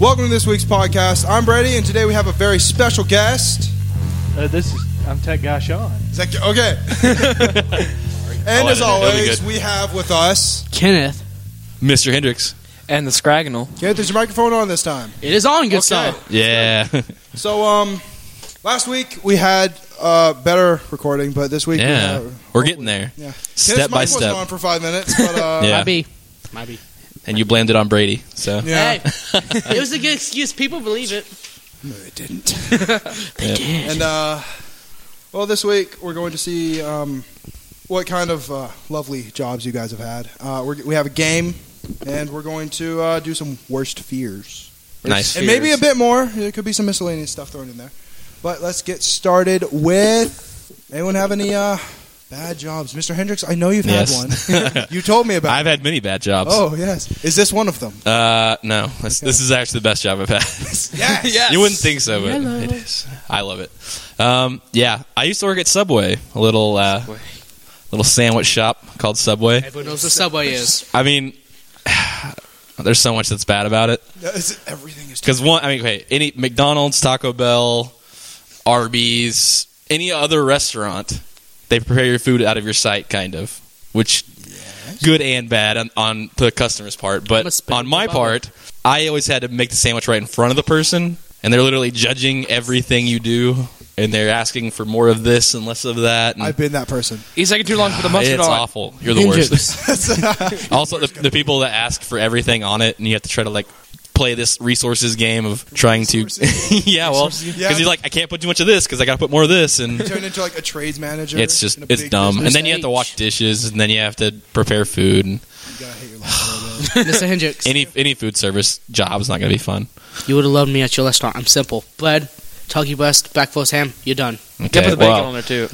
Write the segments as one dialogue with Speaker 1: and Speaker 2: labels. Speaker 1: Welcome to this week's podcast. I'm Brady, and today we have a very special guest.
Speaker 2: Uh, this is I'm Tech Guy Sean.
Speaker 1: Is that okay? and
Speaker 3: I'll
Speaker 1: as
Speaker 3: edit it. It'll Oh, be
Speaker 1: always,
Speaker 3: good.
Speaker 1: we have with us.
Speaker 4: Kenneth
Speaker 3: Mr. Hendrix.
Speaker 4: and the Scragnal.
Speaker 1: Kenneth, is your microphone on this time?
Speaker 4: It is on good
Speaker 1: Okay.
Speaker 4: side.
Speaker 3: Yeah.
Speaker 1: So, um, last week we had uh, better recording, but this week
Speaker 3: yeah.
Speaker 1: we have,
Speaker 3: We're getting there.
Speaker 1: Yeah.
Speaker 3: Step
Speaker 1: Kenneth's
Speaker 3: by
Speaker 1: mic wasn't on
Speaker 3: step.
Speaker 1: for five minutes, but uh,
Speaker 3: Yeah.
Speaker 4: Might be. Might be.
Speaker 3: And you blamed it on Brady. So
Speaker 1: yeah.
Speaker 4: Hey, it was a good excuse. People believe it.
Speaker 1: No, it didn't.
Speaker 4: They
Speaker 3: Yeah.
Speaker 4: did.
Speaker 1: And uh, well, this week we're going to see um, what kind of uh, lovely jobs you guys have had. Uh, we're, we have a game, and we're going to uh, do some worst fears,
Speaker 3: nice.
Speaker 1: and maybe a bit more. There could be some miscellaneous stuff thrown in there. But let's get started with. Anyone have any uh, bad jobs, Mr. Hendricks? I know you've
Speaker 3: Yes.
Speaker 1: had one. you told me about.
Speaker 3: I've had many bad jobs.
Speaker 1: Oh yes, is this one of them?
Speaker 3: Uh, no. This, this is actually the best job I've had.
Speaker 1: Yes. yes.
Speaker 3: You wouldn't think so, but it is. I love it. Um, yeah. I used to work at Subway, a little uh, little sandwich shop called Subway.
Speaker 4: Everyone knows what Subway is.
Speaker 3: I mean, there's so much that's bad about it.
Speaker 1: Everything is.
Speaker 3: Because one, I mean, okay, any McDonald's, Taco Bell, Arby's, any other restaurant, they prepare your food out of your sight, kind of, which good and bad on, on the customer's part.
Speaker 4: I'm a
Speaker 3: But
Speaker 4: spin
Speaker 3: on my
Speaker 4: kebab.
Speaker 3: part, I always had to make the sandwich right in front of the person, and they're literally judging everything you do, and they're asking for more of this and less of that. And
Speaker 1: I've been that person.
Speaker 5: He's taking too long for the mustard
Speaker 3: it's
Speaker 5: on.
Speaker 3: awful. You're the
Speaker 4: Hendrix.
Speaker 3: worst. Also, the, the people that ask for everything on it, and you have to try to like play this resources game of trying to,
Speaker 1: Resources?
Speaker 3: yeah, well, because
Speaker 1: Yeah.
Speaker 3: you're like, I can't put too much of this because I got to put more of this, and
Speaker 1: Turned into like a trades manager.
Speaker 3: it's just
Speaker 1: in a
Speaker 3: it's
Speaker 1: big
Speaker 3: dumb.
Speaker 1: business.
Speaker 3: And then you have to wash dishes, and then you have to prepare food, and
Speaker 1: You gotta hate your life a little bit.
Speaker 4: Mr. Hendricks.
Speaker 3: any any food service job's not gonna be fun.
Speaker 4: you would have loved me at your restaurant. I'm simple. Bread, turkey breast, back roast ham. You're done.
Speaker 3: Okay,
Speaker 5: Yeah, put the bacon
Speaker 3: well,
Speaker 5: on there too.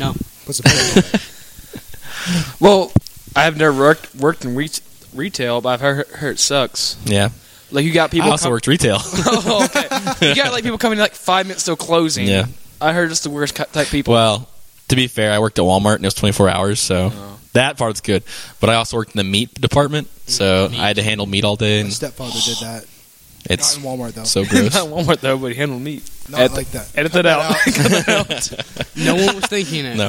Speaker 1: What's the point?
Speaker 5: Well, I have never worked worked in re- retail, but I've heard, heard it sucks.
Speaker 3: yeah.
Speaker 5: Like you got
Speaker 3: I
Speaker 5: people.
Speaker 3: also
Speaker 5: com-
Speaker 3: worked retail.
Speaker 5: oh, okay. You got like people coming in like five minutes till closing.
Speaker 3: yeah.
Speaker 5: I heard it's the worst cu- type people.
Speaker 3: Well, to be fair, I worked at Walmart and it was 24 hours, so
Speaker 5: Oh.
Speaker 3: that part's good. But I also worked in the meat department, so
Speaker 5: Mm.
Speaker 3: I had to handle meat all day,
Speaker 1: My
Speaker 3: and
Speaker 1: stepfather did that.
Speaker 3: it's
Speaker 1: Not in Walmart though.
Speaker 3: so gross.
Speaker 5: Not one more though, but handle meat.
Speaker 1: Not
Speaker 5: at the-
Speaker 1: like that.
Speaker 5: Edit that out.
Speaker 4: No one was thinking it.
Speaker 3: No.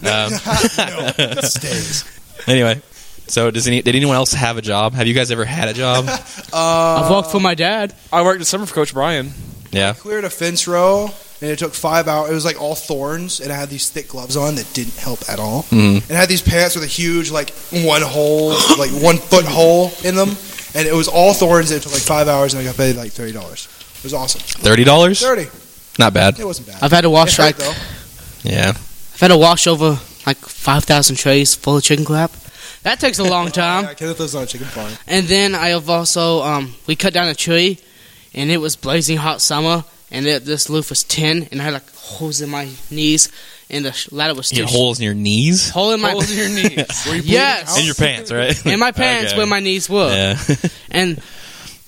Speaker 3: Um,
Speaker 1: no, it stays.
Speaker 3: Anyway, so does any did anyone else have a job? Have you guys ever had a job?
Speaker 4: I've
Speaker 1: Uh,
Speaker 4: walked for my dad.
Speaker 5: I worked in summer for Coach Brian.
Speaker 3: yeah.
Speaker 1: Cleared a fence row, and it took five hours. It was like all thorns, and I had these thick gloves on that didn't help at all.
Speaker 3: Mm.
Speaker 1: And I had these pants with a huge like one hole, like one foot hole in them, and it was all thorns. And it took like five hours, and I got paid like thirty dollars. It was awesome.
Speaker 3: Thirty dollars?
Speaker 1: Thirty.
Speaker 3: Not bad.
Speaker 1: It wasn't bad.
Speaker 4: I've had to
Speaker 1: It
Speaker 4: wash
Speaker 1: hurt,
Speaker 4: like
Speaker 1: though.
Speaker 3: Yeah.
Speaker 4: I've had to wash over like five thousand trays full of chicken crap. That takes a long time.
Speaker 1: Yeah, Kenneth lives on a chicken farm.
Speaker 4: And then I have also um, we cut down a tree, and it was blazing hot summer, and it, this roof was tin, and I had like holes in my knees, and the sh- ladder was
Speaker 3: You
Speaker 4: too
Speaker 3: had
Speaker 4: sh-
Speaker 3: holes in your knees?
Speaker 4: hole in my
Speaker 5: Holes in your knees.
Speaker 1: Were you bleeding
Speaker 4: Yes.
Speaker 1: out?
Speaker 3: In your
Speaker 5: Oh.
Speaker 3: pants, right?
Speaker 4: in my pants
Speaker 3: Okay.
Speaker 4: where my knees were,
Speaker 3: Yeah.
Speaker 4: and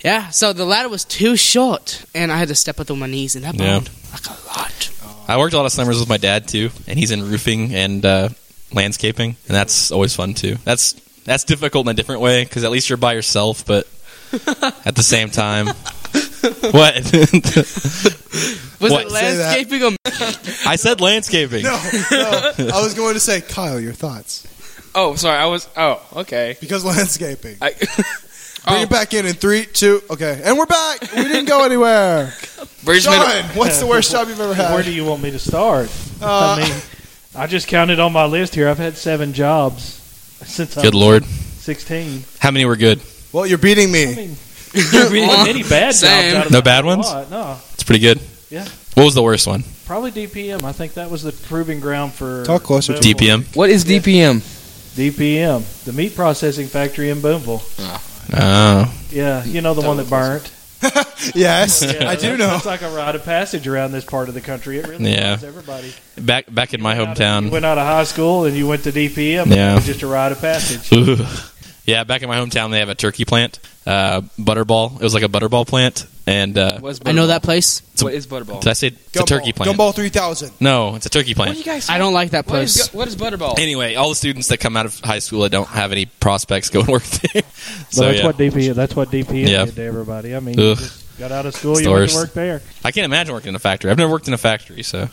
Speaker 4: yeah, so the ladder was too short, and I had to step up on my knees, and that
Speaker 3: Yeah.
Speaker 4: burned like a lot.
Speaker 3: I worked a lot of summers with my dad too, and he's in roofing and uh, landscaping, and that's always fun too. That's that's difficult in a different way because at least you're by yourself, but at the same time, what?
Speaker 4: Was
Speaker 3: What?
Speaker 4: it
Speaker 1: Say that.
Speaker 4: landscaping or
Speaker 3: I said landscaping.
Speaker 1: No, no. I was going to say, Kyle, your thoughts
Speaker 5: Oh, sorry. I was. Oh, okay.
Speaker 1: because landscaping.
Speaker 5: I,
Speaker 1: Bring
Speaker 5: oh,
Speaker 1: it back in in three, two, okay, and we're back. We didn't go anywhere.
Speaker 5: Bray's made a-
Speaker 1: John, what's the worst job you've ever
Speaker 2: Where
Speaker 1: had?
Speaker 2: do you want me to start?
Speaker 1: Uh,
Speaker 2: I mean, I just counted on my list here. I've had seven jobs since I
Speaker 3: Good
Speaker 2: was
Speaker 3: lord,
Speaker 2: 16.
Speaker 3: how many were good?
Speaker 1: well, you're beating
Speaker 2: I
Speaker 1: me.
Speaker 2: mean, there wasn't any bad jobs.
Speaker 4: Same.
Speaker 2: Out of
Speaker 3: No
Speaker 2: the
Speaker 3: bad
Speaker 2: whole
Speaker 3: ones?
Speaker 2: lot, No,
Speaker 3: It's pretty good.
Speaker 2: Yeah.
Speaker 3: What was the worst one?
Speaker 2: probably DPM. I think that was the proving ground for
Speaker 1: Talk closer to
Speaker 2: Boonville.
Speaker 3: DPM.
Speaker 5: what is DPM?
Speaker 2: DPM, the meat processing factory in Boonville.
Speaker 3: Oh.
Speaker 2: Yeah, you know the one that burnt.
Speaker 1: Yes,
Speaker 2: Yeah,
Speaker 1: I do
Speaker 2: that's-
Speaker 1: know.
Speaker 2: It's like a rite of passage around this part of the country. It really
Speaker 3: Yeah.
Speaker 2: is. Everybody.
Speaker 3: Back back in my
Speaker 2: You
Speaker 3: hometown.
Speaker 2: went out of high school and you went to DPM.
Speaker 3: Yeah.
Speaker 2: It was just a rite of passage.
Speaker 3: Ooh. Yeah, back in my hometown, they have a turkey plant, uh, Butterball. It was like a Butterball plant, and uh,
Speaker 5: What is
Speaker 4: I know
Speaker 5: Butterball?
Speaker 4: that place.
Speaker 5: What is Butterball?
Speaker 3: did I say it's a turkey plant?
Speaker 1: Gumball 3000.
Speaker 3: No, it's a turkey
Speaker 5: What do
Speaker 3: plant.
Speaker 5: you guys?
Speaker 4: I don't like that
Speaker 5: What is,
Speaker 4: place.
Speaker 5: gu- what is Butterball?
Speaker 3: Anyway, all the students that come out of high school that don't have any prospects go and work there.
Speaker 2: But
Speaker 3: so
Speaker 2: that's
Speaker 3: yeah,
Speaker 2: what DPM. That's what DPM
Speaker 3: Yeah.
Speaker 2: did to everybody. I mean,
Speaker 3: Ugh.
Speaker 2: just Got out of school, you went
Speaker 3: Stores.
Speaker 2: to work there.
Speaker 3: I can't imagine working in a factory. I've never worked in a factory, so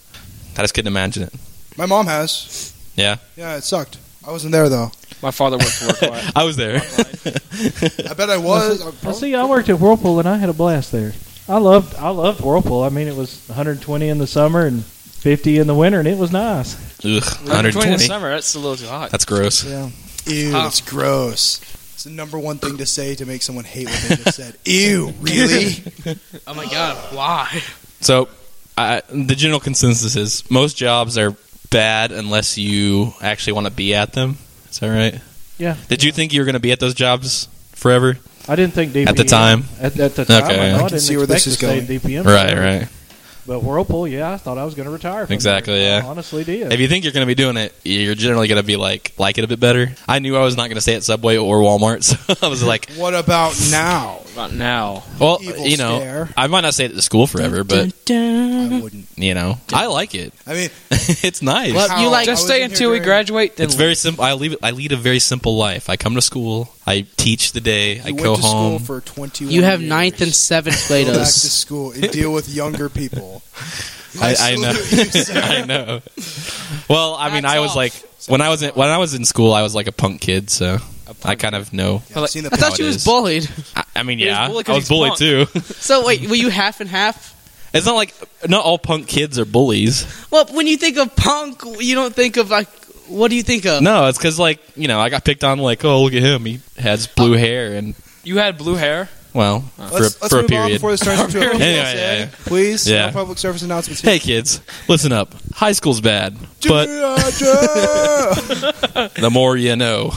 Speaker 3: I just couldn't imagine it.
Speaker 1: My mom has.
Speaker 3: Yeah.
Speaker 1: Yeah, it sucked. I wasn't there though.
Speaker 5: My father worked for Worklife.
Speaker 3: I was there.
Speaker 1: I bet I was. I
Speaker 2: Well, see, I worked at Whirlpool and I had a blast there. I loved I loved Whirlpool. I mean, it was 120 in the summer and 50 in the winter, and it was nice.
Speaker 3: Ugh,
Speaker 5: 120 in
Speaker 3: 120.
Speaker 5: summer. That's a little too hot.
Speaker 3: That's gross.
Speaker 2: Yeah.
Speaker 1: Ew, that's gross. It's the number one thing to say to make someone hate what they just said. Ew, really?
Speaker 4: Oh my god, why?
Speaker 3: So, I, the general consensus is most jobs are bad unless you actually want to be at them. Is that right?
Speaker 2: Yeah.
Speaker 3: Did you think you were going to be at those jobs forever?
Speaker 2: I didn't think DPM
Speaker 3: At the time?
Speaker 2: At, at the time,
Speaker 3: Okay.
Speaker 2: I,
Speaker 3: I
Speaker 2: know, I
Speaker 1: can
Speaker 2: didn't
Speaker 1: see where this
Speaker 2: expect
Speaker 1: is
Speaker 2: to stay
Speaker 1: going.
Speaker 2: at DPM.
Speaker 3: Right, right.
Speaker 2: But Whirlpool, yeah, I thought I was going to retire. From
Speaker 3: Exactly,
Speaker 2: there.
Speaker 3: yeah.
Speaker 2: I honestly did.
Speaker 3: If you think you're going to be doing it, you're generally going to be like like it a bit better. I knew I was not going to stay at Subway or Walmart, so I was like,
Speaker 1: what about now?
Speaker 5: About now.
Speaker 3: well,
Speaker 1: Evil
Speaker 3: you know,
Speaker 1: stare.
Speaker 3: I might not stay at the school forever, but
Speaker 4: Mm-hmm.
Speaker 1: I wouldn't.
Speaker 3: you know, I like it.
Speaker 1: I mean,
Speaker 3: it's nice.
Speaker 4: Well,
Speaker 1: how-
Speaker 4: you like-
Speaker 1: I
Speaker 5: Just
Speaker 1: was
Speaker 5: stay
Speaker 1: in here
Speaker 5: until we
Speaker 1: during-
Speaker 5: graduate. Then
Speaker 3: It's very simple. I leave. I lead a very simple life. I come to school. I teach the day. I
Speaker 1: You
Speaker 3: go
Speaker 1: went to school
Speaker 3: home.
Speaker 1: for 21
Speaker 4: You have
Speaker 1: years.
Speaker 4: ninth and seventh
Speaker 1: Go back to
Speaker 4: graders.
Speaker 1: school and deal with younger people.
Speaker 3: I, I know.
Speaker 1: salute you, sir.
Speaker 3: I know. Well, I mean,
Speaker 4: Hats
Speaker 3: I was
Speaker 4: off.
Speaker 3: like when I was in, when I was in school, I was like a punk kid, so I kind of know.
Speaker 1: Yeah, I've seen the
Speaker 4: I thought
Speaker 3: it
Speaker 4: you
Speaker 3: is.
Speaker 4: was bullied.
Speaker 3: I, I mean,
Speaker 5: He was
Speaker 3: yeah,
Speaker 5: bullied 'cause
Speaker 3: I was
Speaker 5: he's
Speaker 3: bullied
Speaker 5: punk.
Speaker 3: too.
Speaker 4: So wait, were you half and half?
Speaker 3: it's not like not all punk kids are bullies.
Speaker 4: Well, when you think of punk, you don't think of like. What do you think of?
Speaker 3: No, it's because like you know, I got picked on like, oh look at him, he has blue hair, and
Speaker 5: you had blue hair.
Speaker 3: well, for a,
Speaker 1: Let's, let's
Speaker 3: for
Speaker 1: move
Speaker 3: a
Speaker 1: on
Speaker 3: period.
Speaker 1: before this turns into a
Speaker 3: Anyway, yeah, yeah.
Speaker 1: Please,
Speaker 3: Yeah.
Speaker 1: no public service announcements here.
Speaker 3: Hey kids, listen up. High school's bad, but the more you know.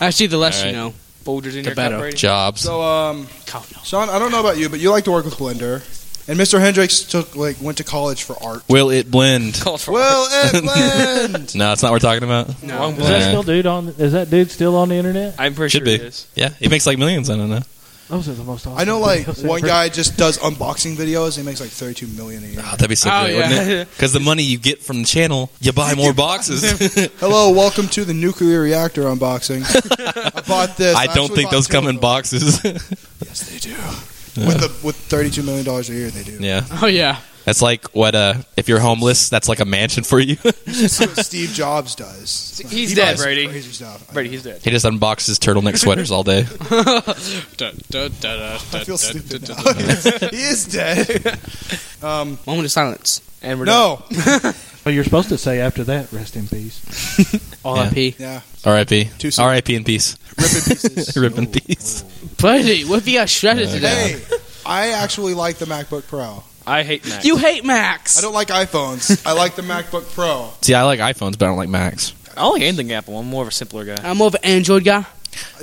Speaker 4: Actually, the less
Speaker 3: All
Speaker 4: you
Speaker 3: right.
Speaker 4: know.
Speaker 5: Boulders in
Speaker 4: The
Speaker 5: your
Speaker 4: better.
Speaker 5: cup, Brady.
Speaker 3: Jobs.
Speaker 1: so, um,
Speaker 4: God, no.
Speaker 1: Sean, I don't know about you, but you like to work with Blender, and Mr. Hendricks took like went to college for art.
Speaker 3: Will it blend?
Speaker 5: Called for-
Speaker 1: Well, it blend.
Speaker 3: No, that's not what we're talking about.
Speaker 5: Wrong
Speaker 2: is that
Speaker 5: blend.
Speaker 3: Yeah.
Speaker 2: still dude on? Is that dude still on the internet?
Speaker 5: I'm pretty
Speaker 3: Should
Speaker 5: sure
Speaker 3: be.
Speaker 5: it is.
Speaker 3: Yeah, he makes like millions. I don't know.
Speaker 2: Those are the most. Awesome
Speaker 1: I know like
Speaker 2: videos
Speaker 1: one
Speaker 2: ever.
Speaker 1: guy just does unboxing videos. He makes like thirty-two million a year.
Speaker 3: Oh, that'd be so
Speaker 5: Oh,
Speaker 3: great,
Speaker 5: yeah.
Speaker 3: wouldn't it? Because the money you get from the channel, you buy more boxes.
Speaker 1: Hello, welcome to the nuclear reactor unboxing. I bought this.
Speaker 3: I don't
Speaker 1: actually
Speaker 3: think
Speaker 1: bought
Speaker 3: those
Speaker 1: two
Speaker 3: come
Speaker 1: of
Speaker 3: in
Speaker 1: them.
Speaker 3: boxes.
Speaker 1: Yes, they do. With the, with thirty-two million dollars a year, they do.
Speaker 3: yeah,
Speaker 4: Oh yeah.
Speaker 3: that's like what. Uh, if you're homeless, that's like a mansion for you.
Speaker 1: That's what Steve Jobs does.
Speaker 5: He's
Speaker 1: He
Speaker 5: dead,
Speaker 1: buys
Speaker 5: Brady.
Speaker 1: Crazy stuff.
Speaker 5: Brady, he's dead.
Speaker 3: he just unboxes turtleneck sweaters all day.
Speaker 1: I feel stupid now. he is dead. Um,
Speaker 4: Moment of silence.
Speaker 5: And we're done.
Speaker 1: no.
Speaker 2: Well, you're supposed to say after that, rest in peace.
Speaker 4: R.I.P.
Speaker 1: Yeah.
Speaker 3: R.I.P.
Speaker 1: Too soon.
Speaker 3: R.I.P. in peace.
Speaker 1: Ripping pieces.
Speaker 3: Rip in peace.
Speaker 4: Brady, what if you got shredded today?
Speaker 1: Hey, I actually like the MacBook Pro.
Speaker 5: I hate Mac.
Speaker 4: You hate Max.
Speaker 1: I don't like iPhones. I like the MacBook Pro.
Speaker 3: See, I like iPhones, but I don't like Macs.
Speaker 5: I don't like anything Apple. I'm more of a simpler guy.
Speaker 4: I'm more of an Android guy.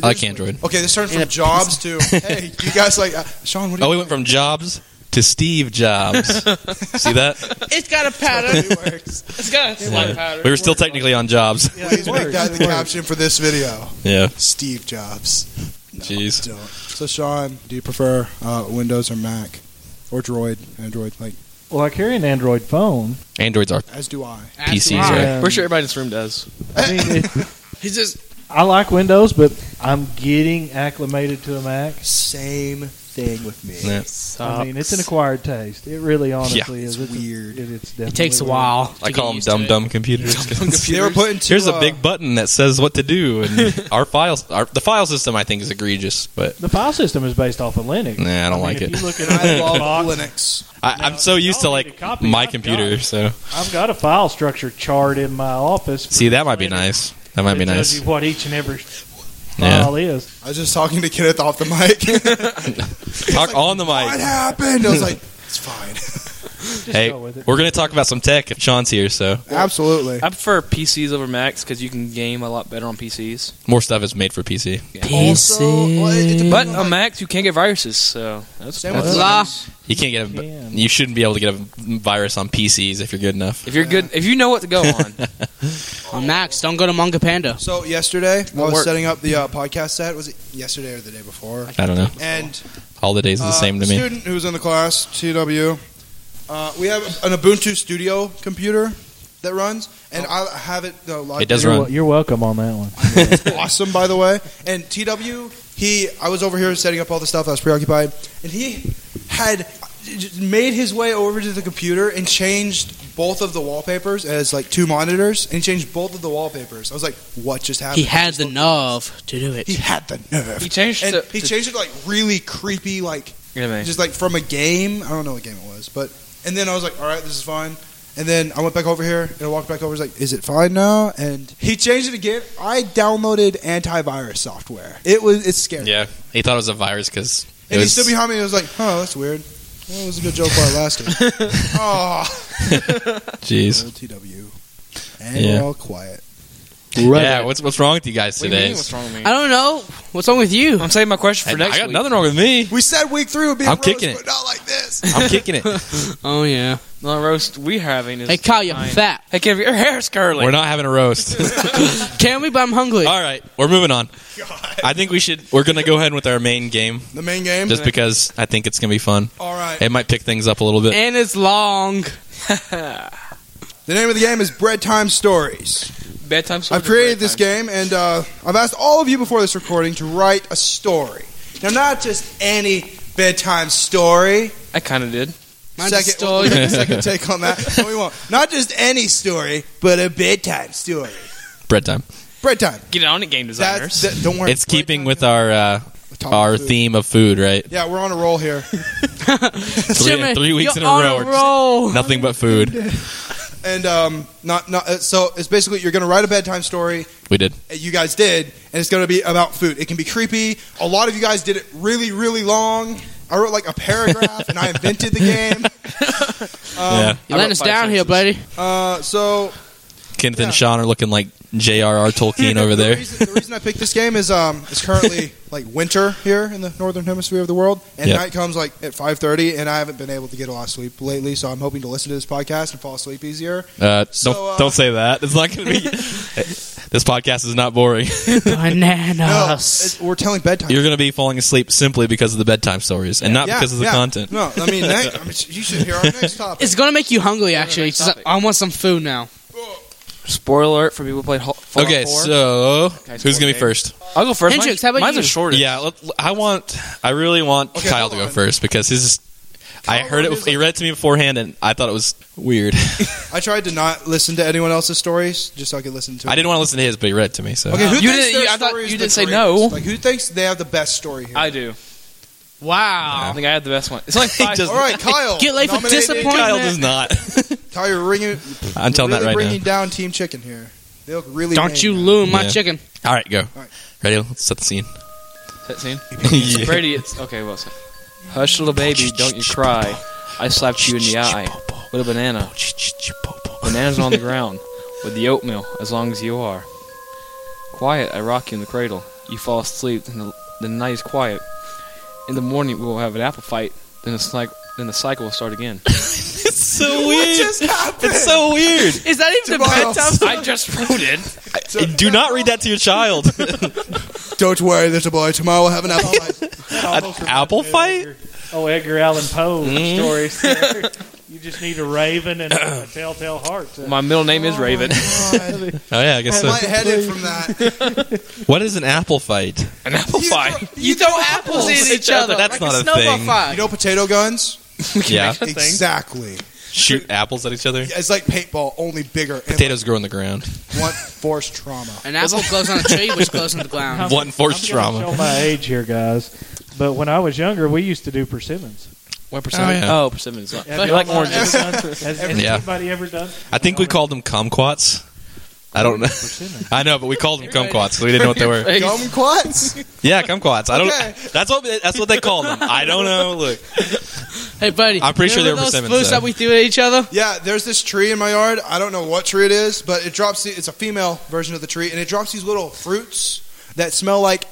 Speaker 3: I like Android.
Speaker 1: Okay, this turned from
Speaker 4: And a
Speaker 1: jobs to hey, you guys like uh, Sean? What do
Speaker 3: Oh,
Speaker 1: you?
Speaker 3: we went from Jobs to Steve Jobs. See that?
Speaker 4: It's got a pattern.
Speaker 1: It works.
Speaker 4: it's got a slight pattern.
Speaker 3: We were still technically on Jobs.
Speaker 1: Please make that the caption for this video.
Speaker 3: Yeah.
Speaker 1: Steve Jobs. No,
Speaker 3: Jeez.
Speaker 1: Don't. So, Sean, do you prefer uh, Windows or Mac or Droid, Android? Like
Speaker 2: Well, I carry an Android phone.
Speaker 3: Androids are.
Speaker 1: as do I.
Speaker 3: PCs,
Speaker 4: Absolutely.
Speaker 3: right?
Speaker 2: Um,
Speaker 5: Pretty sure everybody in this room does.
Speaker 2: I mean, it,
Speaker 4: He's just
Speaker 2: I like Windows, but I'm getting acclimated to a Mac.
Speaker 1: Same thing with me.
Speaker 3: Yeah.
Speaker 2: I
Speaker 3: Uh,
Speaker 2: mean, it's an acquired taste. It really, honestly,
Speaker 1: It's
Speaker 2: is It's a-
Speaker 1: weird.
Speaker 2: it, it's definitely
Speaker 4: it takes a
Speaker 2: weird.
Speaker 4: while.
Speaker 3: I call
Speaker 4: to get
Speaker 3: them
Speaker 4: used to
Speaker 3: dumb
Speaker 4: it.
Speaker 3: dumb computers.
Speaker 1: They were putting two,
Speaker 3: Here's a
Speaker 1: uh,
Speaker 3: big button that says what to do, and our files, our, the file system, I think, is egregious. But
Speaker 2: The file system is based off of Linux.
Speaker 3: Nah, I don't
Speaker 2: mean,
Speaker 3: like
Speaker 2: if
Speaker 3: it.
Speaker 2: You look at
Speaker 1: I
Speaker 2: the
Speaker 1: love
Speaker 2: box,
Speaker 1: Linux.
Speaker 3: I,
Speaker 2: Now,
Speaker 3: I'm so
Speaker 2: if
Speaker 3: used to
Speaker 2: y'all need
Speaker 3: like
Speaker 2: a copy,
Speaker 3: my
Speaker 2: I've got
Speaker 3: computer.
Speaker 2: it.
Speaker 3: So
Speaker 2: I've got a file structure chart in my office. for
Speaker 3: see, that might be
Speaker 2: Linux
Speaker 3: nice. That might
Speaker 2: that
Speaker 3: be
Speaker 2: tells
Speaker 3: nice.
Speaker 2: you what each and every
Speaker 3: Yeah.
Speaker 2: file is.
Speaker 1: I was just talking to Kenneth off the mic.
Speaker 3: Talk on the
Speaker 1: what
Speaker 3: mic.
Speaker 1: happened? I was like, it's fine.
Speaker 2: Just
Speaker 3: Hey,
Speaker 2: go with it.
Speaker 3: we're gonna talk about some tech if Sean's here. So
Speaker 1: Absolutely.
Speaker 5: I prefer PCs over Macs because you can game a lot better on PCs.
Speaker 3: more stuff is made for PC.
Speaker 1: Also, well, it- it depends
Speaker 5: But
Speaker 1: on,
Speaker 5: on
Speaker 1: like,
Speaker 5: Macs, you can't get viruses, so that's
Speaker 1: Mm-hmm. Same
Speaker 5: that's
Speaker 1: with
Speaker 5: la-
Speaker 4: La.
Speaker 3: You can't get a.
Speaker 2: Can.
Speaker 3: You shouldn't be able to get a virus on PCs if you're good enough.
Speaker 5: If you're good, if you know what to go on,
Speaker 4: On Max, don't go to Manga Panda.
Speaker 1: So yesterday, I
Speaker 5: Won't
Speaker 1: was
Speaker 5: work.
Speaker 1: setting up the uh, podcast set. Was it yesterday or the day before?
Speaker 3: I don't know.
Speaker 1: And
Speaker 3: All the days are the
Speaker 1: uh,
Speaker 3: same to
Speaker 1: the
Speaker 3: me.
Speaker 1: student who was in the class, TW, uh, we have an Ubuntu Studio computer that runs, and I have it. Uh,
Speaker 3: Oh. It does
Speaker 2: you're,
Speaker 3: run.
Speaker 2: wel- you're welcome on that one.
Speaker 1: awesome, by the way. And TW, he, I was over here setting up all the stuff. I was preoccupied, and he had made his way over to the computer and changed both of the wallpapers as like two monitors, and he changed both of the wallpapers. I was like, "What just happened?"
Speaker 4: He had the nerve to do
Speaker 1: He
Speaker 4: it.
Speaker 1: had the nerve.
Speaker 5: He changed
Speaker 1: and
Speaker 5: it.
Speaker 1: he
Speaker 5: to-
Speaker 1: changed it to, like really creepy, like
Speaker 5: Yeah, man.
Speaker 1: just like from a game. I don't know what game it was, but and then I was like, all right, this is fine. And then I went back over here and I walked back over. He's like, is it fine now? And he changed it again. I downloaded antivirus software. It was it's scary.
Speaker 3: Yeah, he thought it was a virus because
Speaker 1: And he stood behind me and was like, oh, that's weird. Well, it was a good joke while it lasted. oh,
Speaker 3: Jeez.
Speaker 1: LTW. And
Speaker 3: Yeah.
Speaker 1: we're all quiet.
Speaker 3: Yeah, what's what's wrong with you guys
Speaker 5: What do you
Speaker 3: today?
Speaker 5: mean, what's wrong with me?
Speaker 4: I don't know. What's wrong with you?
Speaker 5: I'm saving my question
Speaker 3: I,
Speaker 5: for next
Speaker 3: I got
Speaker 5: week.
Speaker 3: nothing wrong with me.
Speaker 1: We said week three would be. a
Speaker 3: I'm
Speaker 1: roast,
Speaker 3: kicking it.
Speaker 1: but not like this.
Speaker 3: I'm kicking it.
Speaker 4: Oh yeah.
Speaker 5: The roast we having is.
Speaker 4: Hey, Kyle, you're
Speaker 5: fine.
Speaker 4: fat.
Speaker 5: Hey, Kev, your hair's curly.
Speaker 3: We're not having a roast.
Speaker 4: Can we? But I'm hungry.
Speaker 3: All right, we're moving on. I think we should. We're gonna go ahead with our main game
Speaker 1: The main game.
Speaker 3: just because I think it's gonna be fun.
Speaker 1: all right.
Speaker 3: It might pick things up a little bit.
Speaker 4: And it's long.
Speaker 1: The name of the game is Bread Time Stories.
Speaker 5: Bedtime.
Speaker 1: I've created this game, and uh, I've asked all of you before this recording to write a story. Now, not just any bedtime story.
Speaker 5: I kind of did.
Speaker 4: Mine's a
Speaker 1: second, we'll
Speaker 4: story.
Speaker 1: get a second take on that. No, we won't. Not just any story, but a bedtime story.
Speaker 3: Bread time.
Speaker 1: Bread time.
Speaker 5: Get on it, game
Speaker 1: That's,
Speaker 5: designers.
Speaker 1: that, don't worry.
Speaker 3: It's keeping with our uh,
Speaker 1: Talk
Speaker 3: our
Speaker 1: food.
Speaker 3: theme of food, right?
Speaker 1: Yeah, we're on a roll here.
Speaker 3: Three,
Speaker 4: Jimmy,
Speaker 3: three weeks
Speaker 4: you're
Speaker 3: in a
Speaker 4: on
Speaker 3: row.
Speaker 4: a
Speaker 3: we're just
Speaker 4: roll.
Speaker 3: Nothing but food.
Speaker 1: And um, not not uh, so. It's basically you're going to write a bedtime story.
Speaker 3: We did.
Speaker 1: uh, You guys did, and it's going to be about food. It can be creepy. A lot of you guys did it really, really long. I wrote like a paragraph, and I invented the game. Um,
Speaker 3: yeah.
Speaker 4: You're letting us down here, buddy.
Speaker 1: Uh, so
Speaker 3: Kenneth
Speaker 1: yeah.
Speaker 3: and Sean are looking like J.R.R. Tolkien over
Speaker 1: the
Speaker 3: there.
Speaker 1: Reason, the reason I picked this game is um, it's currently like winter here in the northern hemisphere of the world, and
Speaker 3: Yeah.
Speaker 1: night comes like at five thirty, and I haven't been able to get a lot of sleep lately. So I'm hoping to listen to this podcast and fall asleep easier.
Speaker 3: Uh,
Speaker 1: So,
Speaker 3: don't
Speaker 1: uh,
Speaker 3: don't say that. It's not going to be. this podcast is not boring.
Speaker 1: No,
Speaker 4: Bananas.
Speaker 1: it's- we're telling bedtime.
Speaker 3: You're going to be falling asleep simply because of the bedtime stories and not
Speaker 1: Yeah,
Speaker 3: because of the
Speaker 1: yeah.
Speaker 3: content.
Speaker 1: No, I mean, night, I mean, you should hear our next topic.
Speaker 4: It's gonna make you hungry, actually.
Speaker 5: next
Speaker 4: 'cause I-
Speaker 5: topic.
Speaker 4: I want some food now.
Speaker 5: Spoiler alert for people who played Hol- Fallout
Speaker 3: Okay,
Speaker 5: 4.
Speaker 3: so
Speaker 5: it's
Speaker 3: who's going to
Speaker 5: four,
Speaker 3: be first?
Speaker 5: I'll go first. Mine's-
Speaker 4: Hendrix, how about
Speaker 5: mine's
Speaker 4: you?
Speaker 5: the shortest.
Speaker 3: Yeah, let- l- I want. I really want
Speaker 1: Okay,
Speaker 3: Kyle
Speaker 1: hold
Speaker 3: to go
Speaker 1: on.
Speaker 3: first because his. is- I
Speaker 1: Kyle
Speaker 3: heard it.
Speaker 1: is
Speaker 3: He read it to me beforehand, and I thought it was weird.
Speaker 1: I tried to not listen to anyone else's stories just so I could listen to.
Speaker 3: I didn't want to listen to his, but he read it to me. So
Speaker 1: Okay, who
Speaker 5: You
Speaker 1: thinks
Speaker 5: didn't-
Speaker 1: their
Speaker 5: you- I thought
Speaker 1: story is
Speaker 5: you
Speaker 1: the
Speaker 5: didn't say
Speaker 1: greatest?
Speaker 5: no.
Speaker 1: Like, who thinks they have the best story here?
Speaker 5: I do. I
Speaker 4: Wow.
Speaker 5: think I had the best one. It's like five.
Speaker 3: just-
Speaker 1: All right, Kyle.
Speaker 4: Get life with
Speaker 1: nominated.
Speaker 4: disappointment.
Speaker 3: Kyle does not.
Speaker 1: Kyle, you're ringing.
Speaker 3: I'm telling
Speaker 1: really
Speaker 3: that right
Speaker 1: bringing
Speaker 3: now.
Speaker 1: down Team Chicken here. They look really.
Speaker 4: Don't
Speaker 1: mad.
Speaker 4: you loom my
Speaker 3: Yeah.
Speaker 4: chicken.
Speaker 3: All right, go.
Speaker 1: right.
Speaker 3: Ready? Let's set the scene.
Speaker 5: that scene.
Speaker 3: Yeah.
Speaker 5: Brady, it's okay. Well, so- hush, little baby, don't you cry. I slapped you in the eye with a banana. Bananas on the ground with the oatmeal. As long as you are quiet, I rock you in the cradle. You fall asleep, then the, the night is quiet. In the morning, we will have an apple fight. Then the cycle, then the cycle will start again.
Speaker 3: It's so
Speaker 1: What
Speaker 3: weird.
Speaker 1: just happened?
Speaker 3: It's so weird.
Speaker 4: Is that even the
Speaker 1: Tomorrow.
Speaker 4: bedtime?
Speaker 5: I just wrote it.
Speaker 3: Do not read that to your child.
Speaker 1: Don't worry, little boy. Tomorrow we'll have an apple pie.
Speaker 3: Apple fight?
Speaker 2: Oh, Edgar Allan Poe
Speaker 3: Mm-hmm.
Speaker 2: stories. there. you just need a raven and a telltale heart. to-
Speaker 5: My middle name is Raven.
Speaker 1: God.
Speaker 3: Oh yeah, I guess
Speaker 1: I'm
Speaker 3: so.
Speaker 1: lightheaded from that.
Speaker 3: What is an apple fight?
Speaker 5: An apple fight.
Speaker 1: You,
Speaker 4: You throw apples at each other.
Speaker 3: That's
Speaker 4: like a
Speaker 3: not a
Speaker 4: snowball
Speaker 3: thing.
Speaker 4: fight.
Speaker 1: know potato guns?
Speaker 3: Yeah,
Speaker 1: Exactly.
Speaker 3: shoot apples at each other.
Speaker 1: It's like paintball, only bigger. And
Speaker 3: Potatoes grow in the ground.
Speaker 1: like blunt force trauma.
Speaker 4: An apple goes on a tree, which goes on the ground.
Speaker 3: Blunt force
Speaker 2: I'm gonna
Speaker 3: trauma.
Speaker 2: Show my age here, guys. But when I was younger, we used to do persimmons.
Speaker 5: What
Speaker 3: persimmon?
Speaker 5: persimmon? Oh, persimmon is not.
Speaker 2: Have
Speaker 5: You
Speaker 2: y'all
Speaker 5: like
Speaker 2: ever
Speaker 5: oranges?
Speaker 2: done- Has
Speaker 3: Yeah.
Speaker 2: anybody ever done?
Speaker 3: I think we called them kumquats. I don't know.
Speaker 2: Persimmon.
Speaker 3: I know, but we called them kumquats. So we didn't know what they were.
Speaker 1: Kumquats?
Speaker 3: Yeah, kumquats. I don't.
Speaker 1: Okay.
Speaker 3: That's what that's what they called them. I don't know. Look,
Speaker 4: Hey, buddy.
Speaker 3: I'm pretty sure
Speaker 4: remember
Speaker 3: they were
Speaker 4: those
Speaker 3: persimmons,
Speaker 4: flutes
Speaker 3: though.
Speaker 4: that we threw at each other.
Speaker 1: Yeah, there's this tree in my yard. I don't know what tree it is, but it drops. The, it's a female version of the tree, and it drops these little fruits that smell like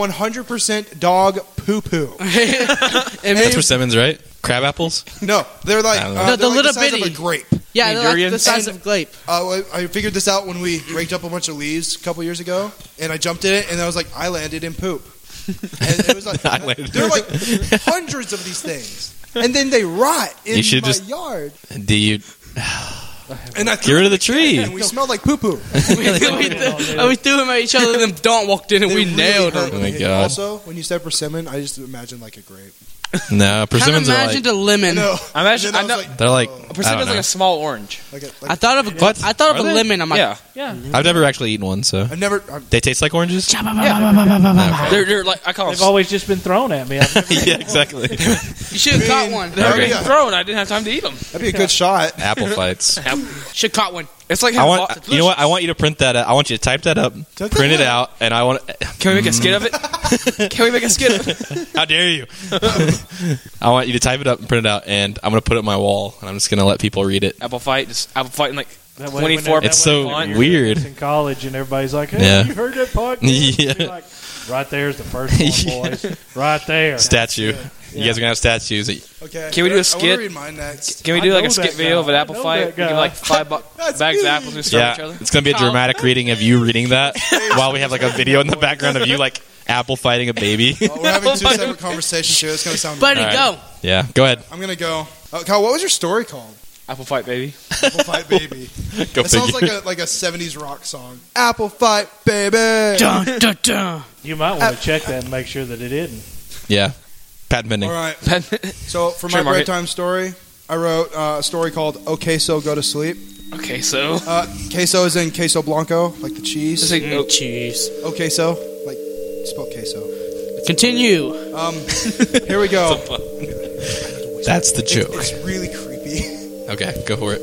Speaker 1: 100% dog poo poo.
Speaker 4: And
Speaker 3: that's
Speaker 4: maybe-
Speaker 3: persimmons, right? Crab apples.
Speaker 1: No, they're like
Speaker 3: I
Speaker 1: uh,
Speaker 3: don't know.
Speaker 1: they're
Speaker 4: The- the
Speaker 1: like
Speaker 4: little
Speaker 1: size of
Speaker 4: bitty.
Speaker 1: a grape.
Speaker 4: yeah, they're like the
Speaker 5: durians?
Speaker 4: size of grape.
Speaker 1: Uh, I, I figured this out when we raked up a bunch of leaves a couple years ago, and I jumped in it, and I was like, I landed in poop. And it was like
Speaker 3: I landed
Speaker 1: there
Speaker 3: in
Speaker 1: are like hundreds of these things, and then they rot in
Speaker 3: You should
Speaker 1: my
Speaker 3: just-
Speaker 1: yard.
Speaker 3: Do you
Speaker 1: And I
Speaker 3: get
Speaker 1: threw
Speaker 3: rid of the
Speaker 1: it,
Speaker 3: tree?
Speaker 1: and we smelled like poo poo.
Speaker 4: we, we, th- and we threw them at each other, then Don walked in and we nailed them.
Speaker 3: Oh my God.
Speaker 1: Also, when you said persimmon, I just imagined like a grape.
Speaker 3: No,
Speaker 4: Kind of
Speaker 3: persimmons are like
Speaker 4: imagined a lemon.
Speaker 1: No.
Speaker 5: I imagine.
Speaker 1: Then
Speaker 5: I
Speaker 1: I
Speaker 5: know.
Speaker 1: was
Speaker 3: they're like
Speaker 1: A
Speaker 3: I
Speaker 5: a
Speaker 3: don't
Speaker 5: persimmon is like
Speaker 3: know.
Speaker 5: a small orange.
Speaker 1: Like, a- like
Speaker 4: I thought of a
Speaker 3: What?
Speaker 4: I thought of
Speaker 3: Are
Speaker 4: a
Speaker 3: they?
Speaker 4: lemon. I'm like,
Speaker 5: yeah,
Speaker 2: Yeah.
Speaker 3: I've never actually eaten one, so
Speaker 1: I've never. I've,
Speaker 3: they taste like oranges. Okay.
Speaker 5: they're, they're like I call
Speaker 2: They've
Speaker 5: them.
Speaker 2: always just been thrown at me. I've never-
Speaker 3: yeah, exactly.
Speaker 4: you should have caught one.
Speaker 5: They're already
Speaker 1: Okay.
Speaker 5: thrown. I didn't have time to eat them.
Speaker 1: that'd be a good shot.
Speaker 3: Apple fights.
Speaker 4: Should have caught one.
Speaker 5: It's like
Speaker 3: I
Speaker 5: having
Speaker 3: want
Speaker 5: lots of-
Speaker 3: you know what? I want you to print that. Out. I want you to type that up,
Speaker 1: Type
Speaker 3: print
Speaker 1: that
Speaker 3: it out, and I want.
Speaker 5: Can we make a
Speaker 3: Mm.
Speaker 5: skit of it? Can we make a skit of it?
Speaker 3: How dare you? I want you to type it up and print it out, and I'm gonna put it on my wall, and I'm just gonna let people read it.
Speaker 5: Apple fight, just apple fight in like
Speaker 2: That way when
Speaker 5: 24
Speaker 2: they're-
Speaker 3: It's so
Speaker 5: Font.
Speaker 2: It's
Speaker 3: weird.
Speaker 2: in college and everybody's like, "Hey,
Speaker 3: Yeah.
Speaker 2: you heard that podcast?"
Speaker 3: Yeah.
Speaker 2: You're like, right there's the first one, boys. Right there.
Speaker 3: Statue. You guys are gonna have statues. that-
Speaker 1: Okay.
Speaker 5: Can we do a
Speaker 1: I wanna
Speaker 5: skit?
Speaker 1: read mine next.
Speaker 5: Can we
Speaker 2: I
Speaker 5: do like
Speaker 2: know
Speaker 5: a skit
Speaker 2: that
Speaker 5: video of an
Speaker 2: guy. I
Speaker 5: apple
Speaker 2: know
Speaker 5: fight? We
Speaker 2: that guy.
Speaker 5: give like five bu-
Speaker 1: That's
Speaker 5: bags of
Speaker 1: me.
Speaker 5: apples and we start each
Speaker 3: Yeah,
Speaker 5: other.
Speaker 3: it's gonna be a dramatic reading of you reading that while we have like a video in the background of you like apple fighting a baby.
Speaker 1: Well, Uh, we're having two separate conversations here. It's gonna sound.
Speaker 4: Buddy,
Speaker 3: All right.
Speaker 4: go.
Speaker 3: Yeah, go ahead.
Speaker 1: I'm gonna go. Uh, Kyle, what was your story called?
Speaker 5: Apple fight, baby.
Speaker 1: Apple Fight Baby.
Speaker 3: Go
Speaker 1: That sounds
Speaker 3: figure.
Speaker 1: like a like a '70s rock song. Apple Fight Baby.
Speaker 4: Dun, dun, dun.
Speaker 2: You might want to check that and make sure that it isn't.
Speaker 3: yeah, patent pending.
Speaker 1: All right.
Speaker 5: okay,
Speaker 1: So for my
Speaker 5: Trademark
Speaker 1: break
Speaker 5: it.
Speaker 1: time story, I wrote uh, a story called "Okay, so go to sleep."
Speaker 5: so
Speaker 1: Uh, queso is in queso blanco, like the
Speaker 5: Just
Speaker 1: cheese.
Speaker 5: like,
Speaker 4: Mm.
Speaker 5: oh,
Speaker 4: Jeez.
Speaker 1: Okay, so like spelled queso.
Speaker 4: Continue.
Speaker 1: Um, here we go.
Speaker 3: That's the
Speaker 1: It's,
Speaker 3: joke.
Speaker 1: it's really creepy.
Speaker 3: Okay, go for it.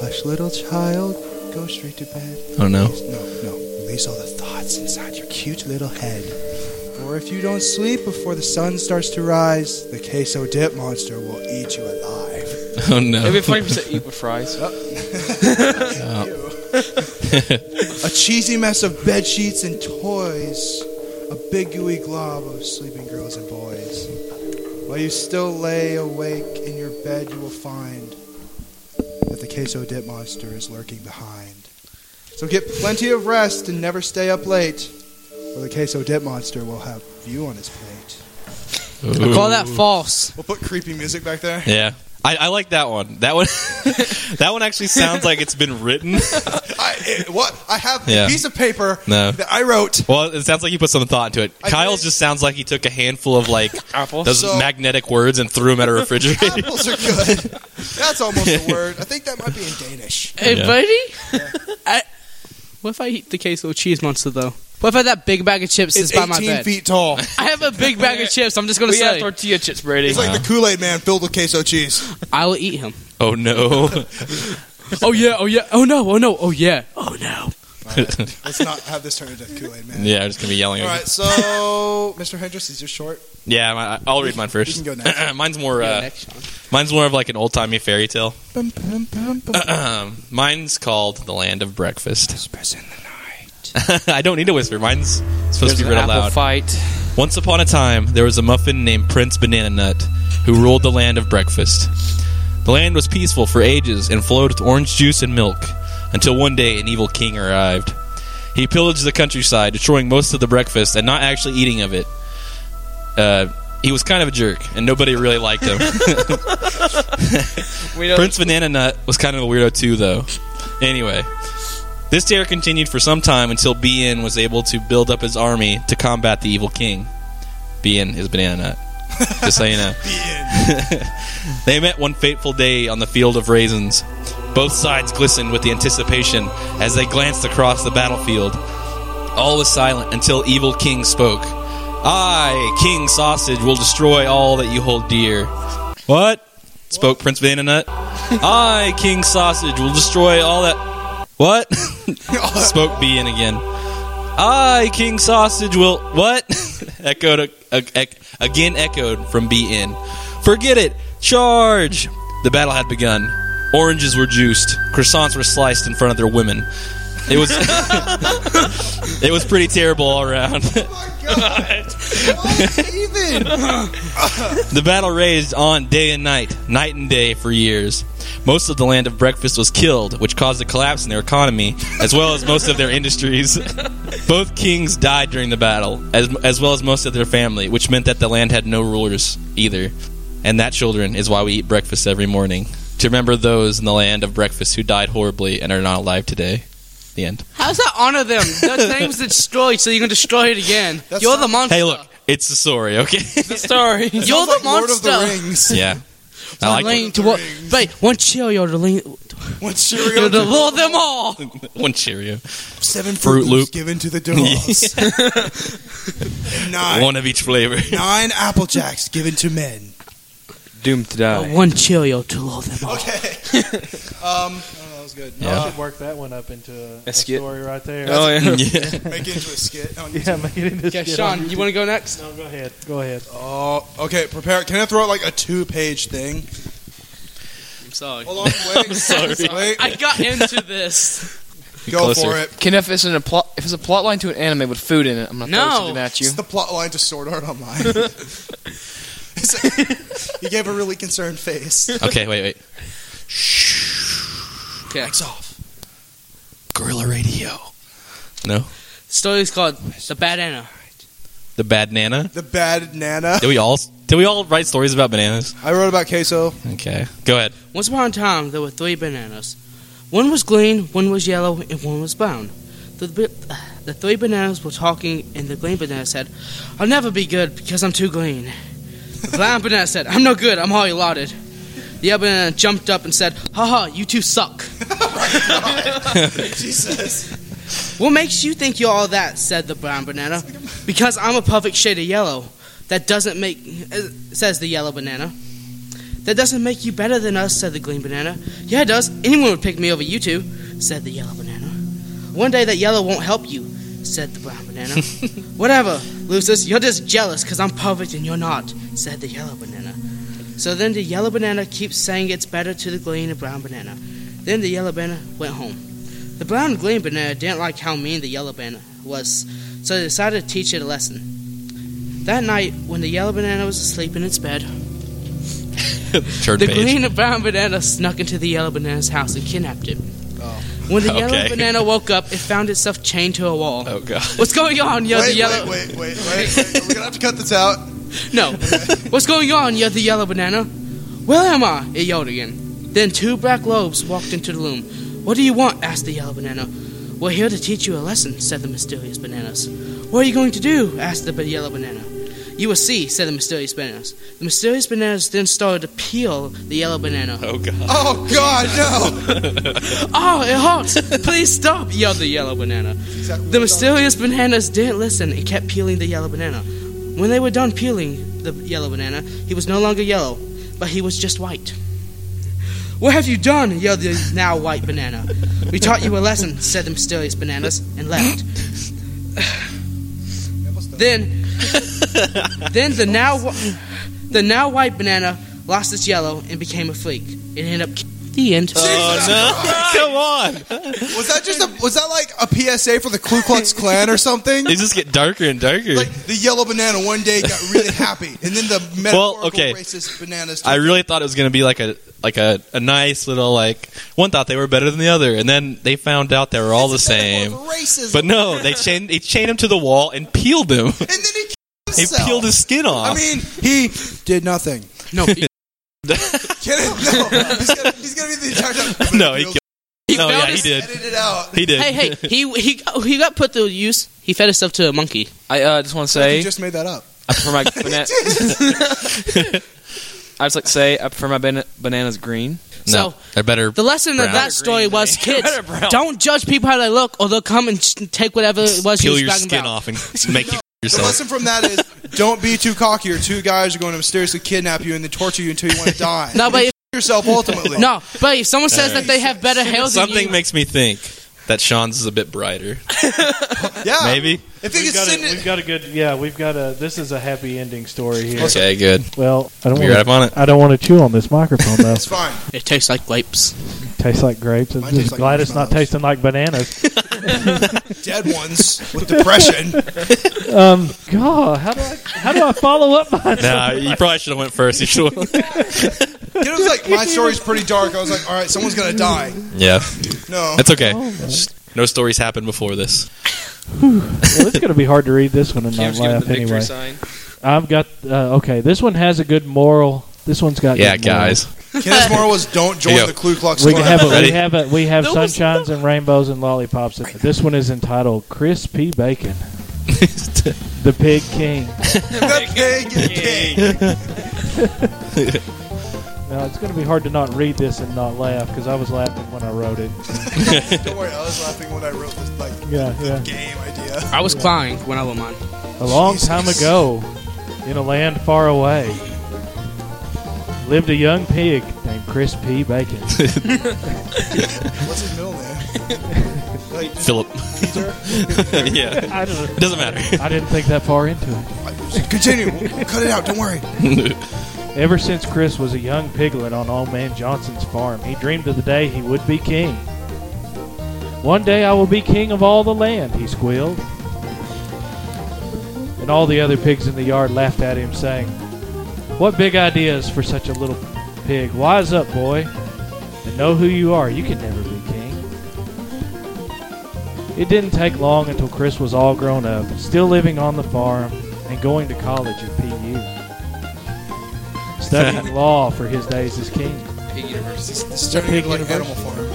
Speaker 1: Hush, little child, go straight to bed.
Speaker 3: Oh no.
Speaker 1: No, no. Release all the thoughts inside your cute little head. Or if you don't sleep before the sun starts to rise, the queso dip monster will eat you alive.
Speaker 3: Oh no.
Speaker 5: it'd be funny if you said eat with fries.
Speaker 3: Uh,
Speaker 1: A cheesy mess of bed sheets and toys. A big gooey glob of sleeping girls and boys. While you still lay awake in your bed, you will find that the queso dip monster is lurking behind. So get plenty of rest and never stay up late, or the queso dip monster will have you on his plate.
Speaker 4: I call that false.
Speaker 1: We'll put creepy music back there.
Speaker 3: Yeah. I, I like that one. That one, that one actually sounds like it's been written.
Speaker 1: I, it- what? I have
Speaker 3: Yeah.
Speaker 1: a piece of paper
Speaker 3: No.
Speaker 1: that I wrote.
Speaker 3: Well, it sounds like you put some thought into it.
Speaker 1: I
Speaker 3: Kyle's
Speaker 1: did.
Speaker 3: just sounds like he took a handful of like
Speaker 5: Apples.
Speaker 3: those
Speaker 1: So-
Speaker 3: magnetic words and threw them at a refrigerator.
Speaker 1: Apples are good. That's almost a word. I think that might be in Danish.
Speaker 4: Hey,
Speaker 3: Yeah.
Speaker 4: buddy. I, what if I eat the queso cheese monster though? What if I have that big bag of chips
Speaker 1: It's
Speaker 4: that's by my
Speaker 1: 18
Speaker 4: bed?
Speaker 1: feet tall.
Speaker 4: I have a big bag of chips. I'm just gonna
Speaker 5: we have
Speaker 4: say
Speaker 5: tortilla chips, Brady.
Speaker 1: It's like the
Speaker 3: Uh-huh.
Speaker 1: Kool Aid Man filled with queso cheese.
Speaker 4: I will eat him.
Speaker 3: oh no!
Speaker 4: Oh yeah. Oh yeah. Oh no. Oh no. Oh yeah. Oh no.
Speaker 1: Let's not have this turn into Kool Aid Man.
Speaker 3: yeah, I'm just gonna be yelling.
Speaker 1: All right, so Mr. Hendricks, is your short?
Speaker 3: Yeah, my, I'll read mine first.
Speaker 1: You can go next.
Speaker 3: mine's more.
Speaker 4: Yeah,
Speaker 3: Uh,
Speaker 4: next, Sean.
Speaker 3: mine's more of like an old timey fairy tale.
Speaker 1: Bum, bum, bum,
Speaker 3: Uh,
Speaker 1: bum.
Speaker 3: mine's called "The Land of Breakfast."
Speaker 1: Whispers in the night.
Speaker 3: I don't need to whisper. Mine's supposed
Speaker 5: There's
Speaker 3: to be
Speaker 5: an
Speaker 3: read out
Speaker 5: apple
Speaker 3: loud.
Speaker 5: fight.
Speaker 3: Once upon a time, there was a muffin named Prince Banana Nut who ruled the land of breakfast. The land was peaceful for ages and flowed with orange juice and milk until one day an evil king arrived. He pillaged the countryside, destroying most of the breakfast and not actually eating of it. Uh, he was kind of a jerk, and nobody really liked him.
Speaker 5: We know
Speaker 3: Prince Banana Nut was kind of a weirdo too, though. Anyway, this terror continued for some time until BN was able to build up his army to combat the evil king. BN is Banana Nut. Just so you know. they met one fateful day on the field of raisins. Both sides glistened with the anticipation as they glanced across the battlefield. All was silent until evil king spoke. I, King Sausage, will destroy all that you hold dear. What? spoke Prince Banana Nut. I, King Sausage, will destroy all that. What? spoke BN again. I, King Sausage, will. What? echoed a, a, ec- again, echoed from BN. Forget it! Charge! The battle had begun. Oranges were juiced. Croissants were sliced in front of their women. It was. it was pretty terrible all around.
Speaker 1: Even!
Speaker 3: The battle raged on day and night, night and day for years. Most of the land of breakfast was killed, which caused a collapse in their economy, as well as most of their industries. Both kings died during the battle, as, as well as most of their family, which meant that the land had no rulers either. And that, children, is why we eat breakfast every morning to remember those in the land of breakfast who died horribly and are not alive today. The end.
Speaker 4: How's that honor them? That thing was destroyed, so you can destroy it again.
Speaker 1: That's
Speaker 4: You're
Speaker 1: not-
Speaker 4: the monster.
Speaker 3: Hey, look, It's the story, okay?
Speaker 4: Sorry, you're
Speaker 1: Sounds
Speaker 4: the
Speaker 1: like Lord of
Speaker 4: monster.
Speaker 1: the Rings.
Speaker 3: yeah. I like
Speaker 4: Lean to what? Wait, one chill, you're the lean.
Speaker 1: When
Speaker 4: You're
Speaker 1: cereal
Speaker 4: the lord them all.
Speaker 3: it. One Cheerio.
Speaker 1: seven
Speaker 3: Fruit
Speaker 1: fruit
Speaker 3: Loop.
Speaker 1: loops given to the dogs. And nine
Speaker 3: One of each flavor.
Speaker 1: nine apple jacks given to men.
Speaker 5: Doomed to die.
Speaker 4: One chill, you're to lord them all.
Speaker 1: Okay. um, oh, that was good.
Speaker 3: Yeah.
Speaker 2: should work that one up into a, a
Speaker 5: skit.
Speaker 2: story right there.
Speaker 5: Oh yeah.
Speaker 3: yeah.
Speaker 1: Make it into a skit. on
Speaker 2: yeah, make it into
Speaker 4: Okay,
Speaker 2: skit
Speaker 4: Sean,
Speaker 2: on
Speaker 4: you
Speaker 2: YouTube.
Speaker 4: want to go next?
Speaker 2: No, go ahead. Go ahead.
Speaker 1: Oh, okay. Prepare. Can I throw out like a two-page thing?
Speaker 4: I'm sorry.
Speaker 1: Hold on. Wait.
Speaker 3: I'm sorry.
Speaker 1: Wait.
Speaker 4: I got into this.
Speaker 1: Go
Speaker 3: Closer.
Speaker 1: for it.
Speaker 5: Ken, if it's an a plot, if it's a plot line to an anime with food in it, I'm gonna
Speaker 4: No.
Speaker 5: throw something at you.
Speaker 1: It's the plot line to Sword Art Online. It's like- he gave a really concerned face.
Speaker 3: Okay, wait, wait.
Speaker 4: Okay,
Speaker 1: off.
Speaker 3: Gorilla Radio.
Speaker 4: story's called The Bad Anna.
Speaker 3: The Bad Nana.
Speaker 1: The bad Nana.
Speaker 3: Did we all did we all write stories about bananas?
Speaker 1: I wrote about queso.
Speaker 3: Okay. Go ahead.
Speaker 4: Once upon a time, there were three bananas. One was green, one was yellow, and one was brown. The, b- the three bananas were talking, and the green banana said, I'll never be good because I'm too green. The brown banana said, I'm no good, I'm already lauded. The other banana jumped up and said, Haha, you two suck.
Speaker 1: Jesus.
Speaker 4: What makes you think you're all that? said the brown banana. Because I'm a perfect shade of yellow. That doesn't make, uh, says the yellow banana. That doesn't make you better than us, said the green banana. Yeah, it does. Anyone would pick me over you two, said the yellow banana. One day that yellow won't help you, said the brown banana. Whatever, Lucis, you're just jealous because I'm perfect and you're not, said the yellow banana. So then the yellow banana keeps saying it's better to the green and brown banana. Then the yellow banana went home. The brown and green banana didn't like how mean the yellow banana was, so they decided to teach it a lesson. That night, when the yellow banana was asleep in its bed,
Speaker 3: Turn
Speaker 4: the
Speaker 3: page.
Speaker 4: green and brown banana snuck into the yellow banana's house and kidnapped it. When the
Speaker 3: Okay.
Speaker 4: yellow banana woke up, it found itself chained to a wall.
Speaker 3: Oh god.
Speaker 4: What's going on, you're the
Speaker 1: Wait,
Speaker 4: yellow?
Speaker 1: wait, wait, wait, wait, wait. We're gonna have to cut this out.
Speaker 4: No. What's going on, you're the yellow banana? Where am I? It yelled again. Then two black lobes walked into the room. What do you want? asked the yellow banana. We're here to teach you a lesson, said the mysterious bananas. What are you going to do? asked the yellow banana. You will see, said the mysterious bananas. The mysterious bananas then started to peel the yellow banana.
Speaker 3: Oh god.
Speaker 1: Oh God, no!
Speaker 4: Oh, it hurts! Please stop! yelled the yellow banana.
Speaker 1: Exactly
Speaker 4: The
Speaker 1: what I thought.
Speaker 4: mysterious bananas didn't listen and kept peeling the yellow banana. When they were done peeling the yellow banana, he was no longer yellow, but he was just white. What have you done? yelled the now white banana. We taught you a lesson, said the mysterious bananas, and left. then, then the now, wh- the now white banana lost its yellow and became a freak. It ended up the end.
Speaker 3: Oh no. Come on.
Speaker 1: Was that just a? Was that like a PSA for the Ku Klux Klan or something?
Speaker 3: They just get darker and darker.
Speaker 1: Like the yellow banana one day got really happy, and then the metaphorical
Speaker 3: okay.
Speaker 1: racist bananas.
Speaker 3: I really thought it was going to be like a like a, a nice little like one thought they were better than the other, and then they found out they were all the
Speaker 1: It's
Speaker 3: same.
Speaker 1: metaphorical Racism.
Speaker 3: But no, they chained they chained him to the wall and peeled him.
Speaker 1: and then he killed
Speaker 3: They
Speaker 1: himself.
Speaker 3: peeled his skin off.
Speaker 1: I mean, he did nothing.
Speaker 4: No,
Speaker 1: Get it? No, he's gonna, he's gonna be the entire time.
Speaker 3: no, he killed.
Speaker 4: Oh, He
Speaker 3: no,
Speaker 4: felt
Speaker 3: yeah, he
Speaker 4: his-
Speaker 3: did.
Speaker 1: Edit it out.
Speaker 3: He did.
Speaker 4: hey, hey, he he he got put to use. He fed himself to a monkey.
Speaker 5: I uh, just want to
Speaker 1: You
Speaker 5: say
Speaker 1: just made that up.
Speaker 5: I prefer my banana. I just like to say I prefer my bana- bananas green.
Speaker 3: No,
Speaker 4: So-
Speaker 3: they're better.
Speaker 4: The lesson
Speaker 3: Brown.
Speaker 4: of that story was, kids,
Speaker 5: Red or brown?
Speaker 4: don't judge people how they look, or they'll come and sh- take whatever it was you
Speaker 3: Peel
Speaker 4: was
Speaker 3: your
Speaker 4: bragging
Speaker 3: skin off
Speaker 4: about.
Speaker 3: and make you
Speaker 1: The
Speaker 3: yourself.
Speaker 1: lesson from that is don't be too cocky, or two guys are going to mysteriously kidnap you and then torture you until you want to die.
Speaker 4: No, but if,
Speaker 1: yourself ultimately.
Speaker 4: no, but if someone says that they have better hair than
Speaker 3: Something
Speaker 4: you,
Speaker 3: makes me think that Sean's is a bit brighter.
Speaker 1: yeah,
Speaker 3: Maybe.
Speaker 1: If he
Speaker 2: We've
Speaker 1: could
Speaker 2: got,
Speaker 1: send
Speaker 2: a, we've
Speaker 1: it,
Speaker 2: got a good. Yeah, we've got a. This is a happy ending story here.
Speaker 3: Okay, good.
Speaker 2: Well, I don't
Speaker 3: We got
Speaker 2: want.
Speaker 3: up on it.
Speaker 2: I don't want to chew on this microphone though.
Speaker 1: it's fine.
Speaker 4: it tastes like grapes.
Speaker 2: tastes like grapes. I'm
Speaker 1: Mine
Speaker 2: just
Speaker 1: tastes like
Speaker 2: glad it's not
Speaker 1: marshmallows.
Speaker 2: tasting like bananas.
Speaker 1: Dead ones with depression.
Speaker 2: um, God, how do I how do I follow up my?
Speaker 3: Nah, you probably should have went first. You should. have
Speaker 1: You know, it was like my story's pretty dark. I was like, all right, someone's gonna die.
Speaker 3: Yeah,
Speaker 1: No,
Speaker 3: that's okay. Just no stories happened before this.
Speaker 2: Well, it's going to be hard to read this one and not laugh anyway.
Speaker 5: sign.
Speaker 2: I've got uh, okay. This one has a good moral. This one's got
Speaker 3: Yeah,
Speaker 2: good moral.
Speaker 3: guys.
Speaker 1: Kenneth Moore was don't
Speaker 3: Here
Speaker 1: join
Speaker 3: you go.
Speaker 1: the Ku Klux
Speaker 2: We
Speaker 1: Klan.
Speaker 2: have a,
Speaker 3: Ready?
Speaker 2: we have a, we have
Speaker 4: That was-
Speaker 2: sunshines and rainbows and lollipops. This one is entitled Crispy Bacon. The Pig King.
Speaker 1: the pig king.
Speaker 2: Now Uh, it's going to be hard to not read this and not laugh because I was laughing when I wrote it.
Speaker 1: Don't worry, I was laughing when I wrote this like
Speaker 2: Yeah,
Speaker 1: the
Speaker 2: yeah.
Speaker 1: game idea.
Speaker 4: I was crying when I went mine.
Speaker 2: A long
Speaker 1: Jesus.
Speaker 2: time ago, in a land far away, lived a young pig named Chris P. Bacon.
Speaker 1: What's his middle name? like just
Speaker 3: Philip.
Speaker 1: Peter.
Speaker 3: yeah.
Speaker 2: I don't.
Speaker 3: Doesn't matter.
Speaker 2: I didn't think that far into it.
Speaker 1: Continue. We'll cut it out. Don't worry.
Speaker 2: Ever since Chris was a young piglet on Old Man Johnson's farm, he dreamed of the day he would be king. One day I will be king of all the land, he squealed. And all the other pigs in the yard laughed at him, saying, What big ideas for such a little pig? Wise up, boy, and know who you are. You can never be king. It didn't take long until Chris was all grown up, still living on the farm, and going to college at PU. Studying law for his days as king.
Speaker 5: Pig University.
Speaker 1: This is turning into like Animal Farm.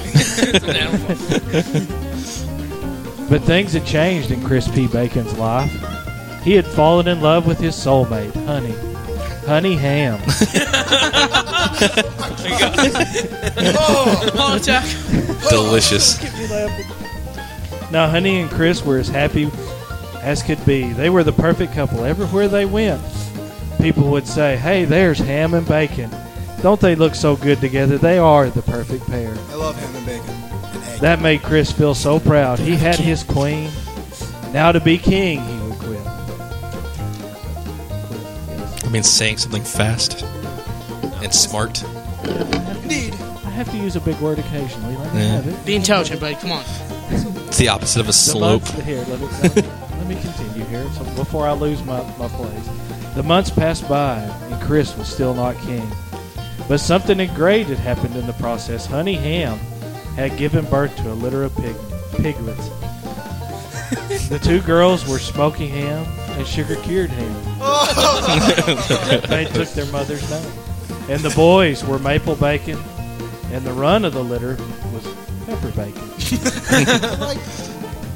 Speaker 2: But things had changed in Chris P. Bacon's life. He had fallen in love with his soulmate, Honey. Honey Ham.
Speaker 4: Oh, attack.
Speaker 3: Delicious.
Speaker 2: now, Honey and Chris were as happy as could be. They were the perfect couple everywhere they went. People would say, Hey, there's Ham and Bacon. Don't they look so good together? They are the perfect pair.
Speaker 1: I love ham and bacon. And egg.
Speaker 2: That made Chris feel so proud. He had his queen. Now to be king, he would quit.
Speaker 3: I mean, saying something fast and smart.
Speaker 2: I have to use a big word occasionally. Let me
Speaker 3: Yeah.
Speaker 2: have it.
Speaker 4: Be intelligent, buddy. Come on.
Speaker 3: It's the opposite of a
Speaker 2: The
Speaker 3: slope.
Speaker 2: months- here, let me, let me- let me continue here so before I lose my, my place. The months passed by, and Chris was still not king. But something great had happened in the process. Honey Ham had given birth to a litter of pig, piglets. the two girls were Smoky Ham and Sugar Cured Ham. they took their mother's name. And the boys were Maple Bacon, and the run of the litter was Pepper Bacon.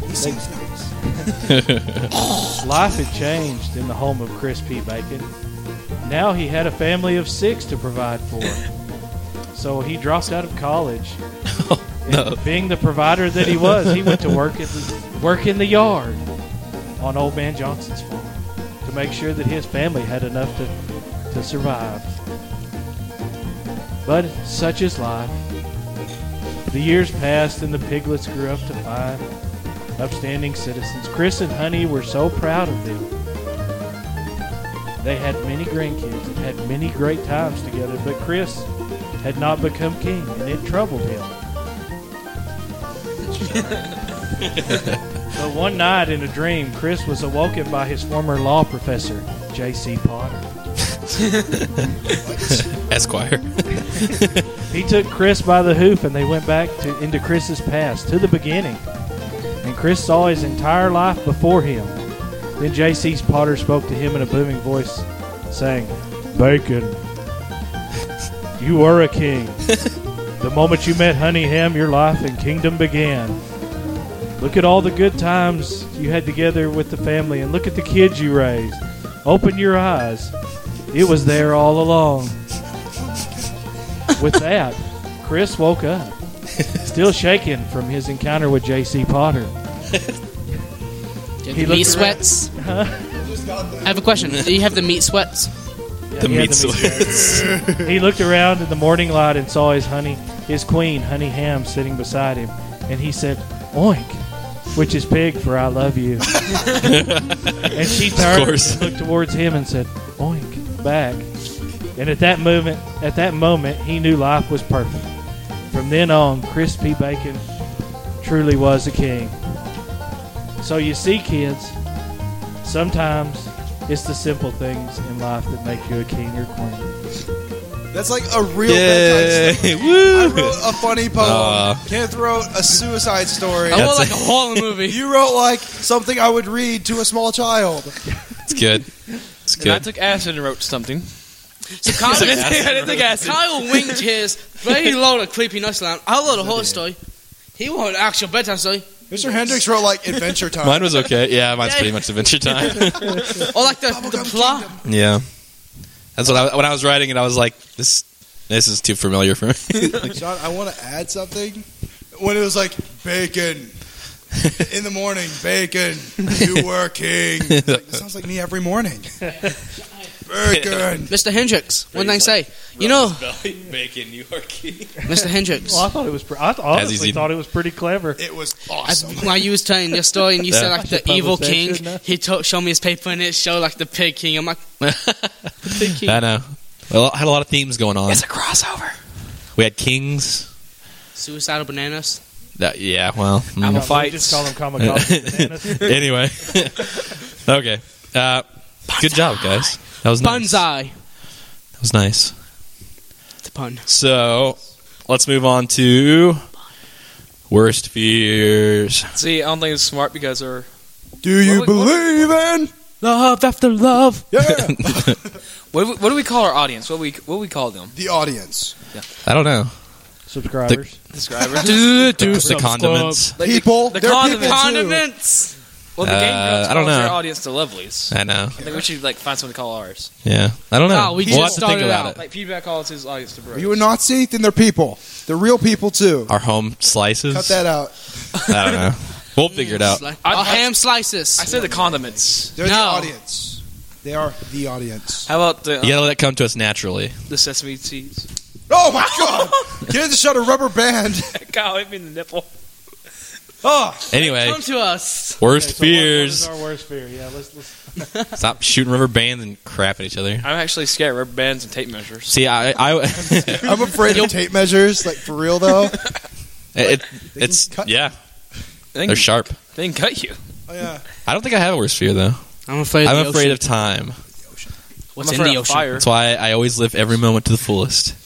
Speaker 1: He seems nice.
Speaker 2: Life had changed in the home of Chris P. Bacon. Now he had a family of six to provide for. So he dropped out of college. And
Speaker 3: no.
Speaker 2: Being the provider that he was, he went to work at the, work in the yard on Old Man Johnson's farm to make sure that his family had enough to, to survive. But such is life. The years passed and the piglets grew up to fine, upstanding citizens. Chris and Honey were so proud of them. They had many grandkids and had many great times together, but Chris had not become king and it troubled him. but one night in a dream, Chris was awoken by his former law professor, J.C. Potter.
Speaker 3: Esquire.
Speaker 2: He took Chris by the hoop and they went back to into Chris's past, to the beginning. And Chris saw his entire life before him. Then J.C.'s Potter spoke to him in a booming voice, saying, Bacon, you were a king. the moment you met Honey Ham, your life and kingdom began. Look at all the good times you had together with the family, and look at the kids you raised. Open your eyes. It was there all along. With that, Chris woke up, still shaken from his encounter with J.C. Potter.
Speaker 4: Do you
Speaker 2: He
Speaker 4: have the meat
Speaker 2: looked around.
Speaker 4: sweats? I have a question. Do you have the meat sweats?
Speaker 3: the
Speaker 2: he had
Speaker 3: meat
Speaker 2: the meat
Speaker 3: sweats.
Speaker 2: He looked around in the morning light and saw his honey, his queen, Honey Ham, sitting beside him, and he said, "Oink," which is pig for "I love you." and she turned,
Speaker 3: course.
Speaker 2: and looked towards him, and said, "Oink," back. And at that moment, at that moment, he knew life was perfect. From then on, Crispy Bacon truly was a king. So you see, kids, sometimes it's the simple things in life that make you a king or queen.
Speaker 1: That's like a real bedtime story.
Speaker 3: Yay!
Speaker 1: I
Speaker 3: Woo!
Speaker 1: wrote a funny poem.
Speaker 3: Aw.
Speaker 1: Kenneth wrote a suicide story.
Speaker 4: I want
Speaker 3: That's
Speaker 4: like
Speaker 3: a-
Speaker 4: a horror movie.
Speaker 1: You wrote like something I would read to a small child.
Speaker 3: It's good. It's
Speaker 5: And I
Speaker 3: good.
Speaker 5: took acid and wrote something.
Speaker 4: So Kyle, I
Speaker 5: didn't think acid.
Speaker 4: Kyle winged his, but he loaded a creepy nuts lamp. I load a horror story. He wrote an actual bedtime story.
Speaker 1: Mr. Hendricks wrote like Adventure Time.
Speaker 3: Mine was okay. Yeah, mine's pretty much Adventure Time.
Speaker 4: Or like the, the plot.
Speaker 3: yeah, that's what I when I was writing it. I was like, this this is too familiar for me.
Speaker 1: John, I want to add something. When it was like bacon in the morning, bacon, you working. It's Like, this sounds like me every morning. Bacon.
Speaker 4: Mr. Hendricks, what did I say? You know,
Speaker 3: bacon New York.
Speaker 4: Mr. Hendricks,
Speaker 2: Well, I thought it was. Pre- I th- honestly
Speaker 3: eating.
Speaker 2: thought it was pretty clever.
Speaker 1: It was
Speaker 4: I,
Speaker 1: awesome.
Speaker 4: while you was telling your story and you said
Speaker 3: Yeah.
Speaker 4: like the
Speaker 2: publish
Speaker 4: evil
Speaker 2: that
Speaker 4: king,
Speaker 2: shit now.
Speaker 4: he to- showed me his paper and it showed like the pig king. I'm like, the pig king.
Speaker 3: I know. Well, I had a lot of themes going on.
Speaker 4: It's a crossover.
Speaker 3: We had kings.
Speaker 4: Suicidal bananas.
Speaker 3: That yeah. Well, mm.
Speaker 5: I'm a
Speaker 2: No, we
Speaker 5: fight.
Speaker 2: just call them kamikaze bananas.
Speaker 3: anyway. okay. Uh, good job, guys. That was nice.
Speaker 4: Bonsai.
Speaker 3: That was nice.
Speaker 4: The pun.
Speaker 3: So let's move on to worst fears.
Speaker 5: See, I don't think it's smart because they're.
Speaker 1: Do you
Speaker 5: What was-
Speaker 1: believe in?
Speaker 4: Love after love.
Speaker 1: Yeah.
Speaker 5: What do, we, what do we call our audience? What do we what do we call them?
Speaker 1: the audience.
Speaker 3: I don't know.
Speaker 2: Subscribers.
Speaker 5: Subscribers.
Speaker 3: Just the condiments.
Speaker 5: Like the-
Speaker 1: people.
Speaker 5: the
Speaker 1: they're
Speaker 5: condiment-
Speaker 1: people too.
Speaker 4: Condiments.
Speaker 5: Well, the game
Speaker 3: Uh,
Speaker 5: girls
Speaker 3: I don't
Speaker 5: calls their
Speaker 3: know.
Speaker 5: audience the lovelies.
Speaker 3: I know.
Speaker 5: I think we should like find something to call ours.
Speaker 3: Yeah. I don't know.
Speaker 4: Oh, we
Speaker 3: we'll have
Speaker 4: just
Speaker 3: to think
Speaker 4: started
Speaker 3: about
Speaker 4: out.
Speaker 3: it.
Speaker 5: Like feedback calls his audience the
Speaker 1: Are
Speaker 5: bros.
Speaker 1: you a Nazi? Then they're people. They're real people too.
Speaker 3: Our home slices.
Speaker 1: Cut that out.
Speaker 3: I don't know. We'll figure it out.
Speaker 4: Sli-
Speaker 5: I-
Speaker 4: oh,
Speaker 5: I-
Speaker 4: ham slices.
Speaker 5: I said the condiments.
Speaker 1: They're the
Speaker 4: No.
Speaker 1: audience. They are the audience.
Speaker 5: How about the, uh,
Speaker 3: You gotta let it come to us naturally.
Speaker 5: the sesame seeds?
Speaker 1: Oh my god! Get in the shot a rubber band.
Speaker 5: Kyle hit me in the nipple.
Speaker 4: Ah!
Speaker 1: Oh,
Speaker 3: Anyway,
Speaker 4: Come to us.
Speaker 3: worst
Speaker 2: Okay, so what-
Speaker 3: fears.
Speaker 2: What, is our worst fear? Yeah, let's, let's
Speaker 3: Stop shooting rubber bands and crap at each other.
Speaker 5: I'm actually scared of rubber bands and tape measures.
Speaker 3: See, I, I
Speaker 1: I'm afraid of tape measures. Like for real though.
Speaker 3: it,
Speaker 1: They can
Speaker 3: it's
Speaker 1: cut-
Speaker 3: yeah,
Speaker 5: They
Speaker 3: they're
Speaker 5: can,
Speaker 3: sharp.
Speaker 5: they can cut you.
Speaker 1: Oh yeah.
Speaker 3: I don't think I have a worst fear though.
Speaker 4: I'm afraid.
Speaker 3: I'm afraid of time.
Speaker 4: what's
Speaker 5: I'm
Speaker 4: in
Speaker 5: afraid
Speaker 4: the
Speaker 5: of
Speaker 4: ocean.
Speaker 5: fire.
Speaker 3: That's why I always live every moment to the fullest.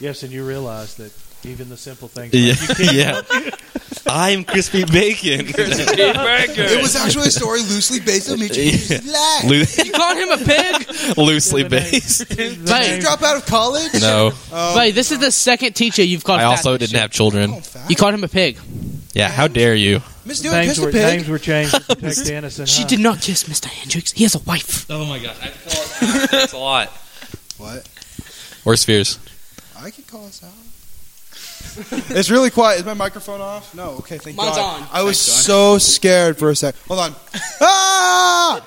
Speaker 2: yes, and you realize that even the simple things.
Speaker 3: Yeah. yeah. I'm crispy bacon.
Speaker 1: It was actually a story loosely based on me.
Speaker 3: Yeah.
Speaker 1: Life.
Speaker 3: Loo-
Speaker 4: You called him a pig?
Speaker 3: loosely based.
Speaker 4: Right.
Speaker 1: Did you drop out of college?
Speaker 3: No,
Speaker 4: Wait, this is the second teacher you've called.
Speaker 3: I
Speaker 4: fat
Speaker 3: also
Speaker 4: and
Speaker 3: didn't
Speaker 4: shit.
Speaker 3: have children.
Speaker 1: Oh, fat.
Speaker 4: You called him a pig.
Speaker 3: Yeah, how dare you?
Speaker 1: Miss Dillon
Speaker 2: Names
Speaker 1: kissed
Speaker 2: were,
Speaker 1: a pig.
Speaker 2: names were changed to protect the innocent.
Speaker 4: She
Speaker 2: huh?
Speaker 4: did not kiss Mr. Hendricks. He has a wife.
Speaker 3: Oh my gosh, I call that's a lot.
Speaker 1: What?
Speaker 3: Worst fears.
Speaker 1: I can call us out. it's really quiet. Is my microphone off? No. Okay. Thank
Speaker 4: Mine's
Speaker 1: God.
Speaker 4: on.
Speaker 1: I was so scared for a sec. Hold on. ah!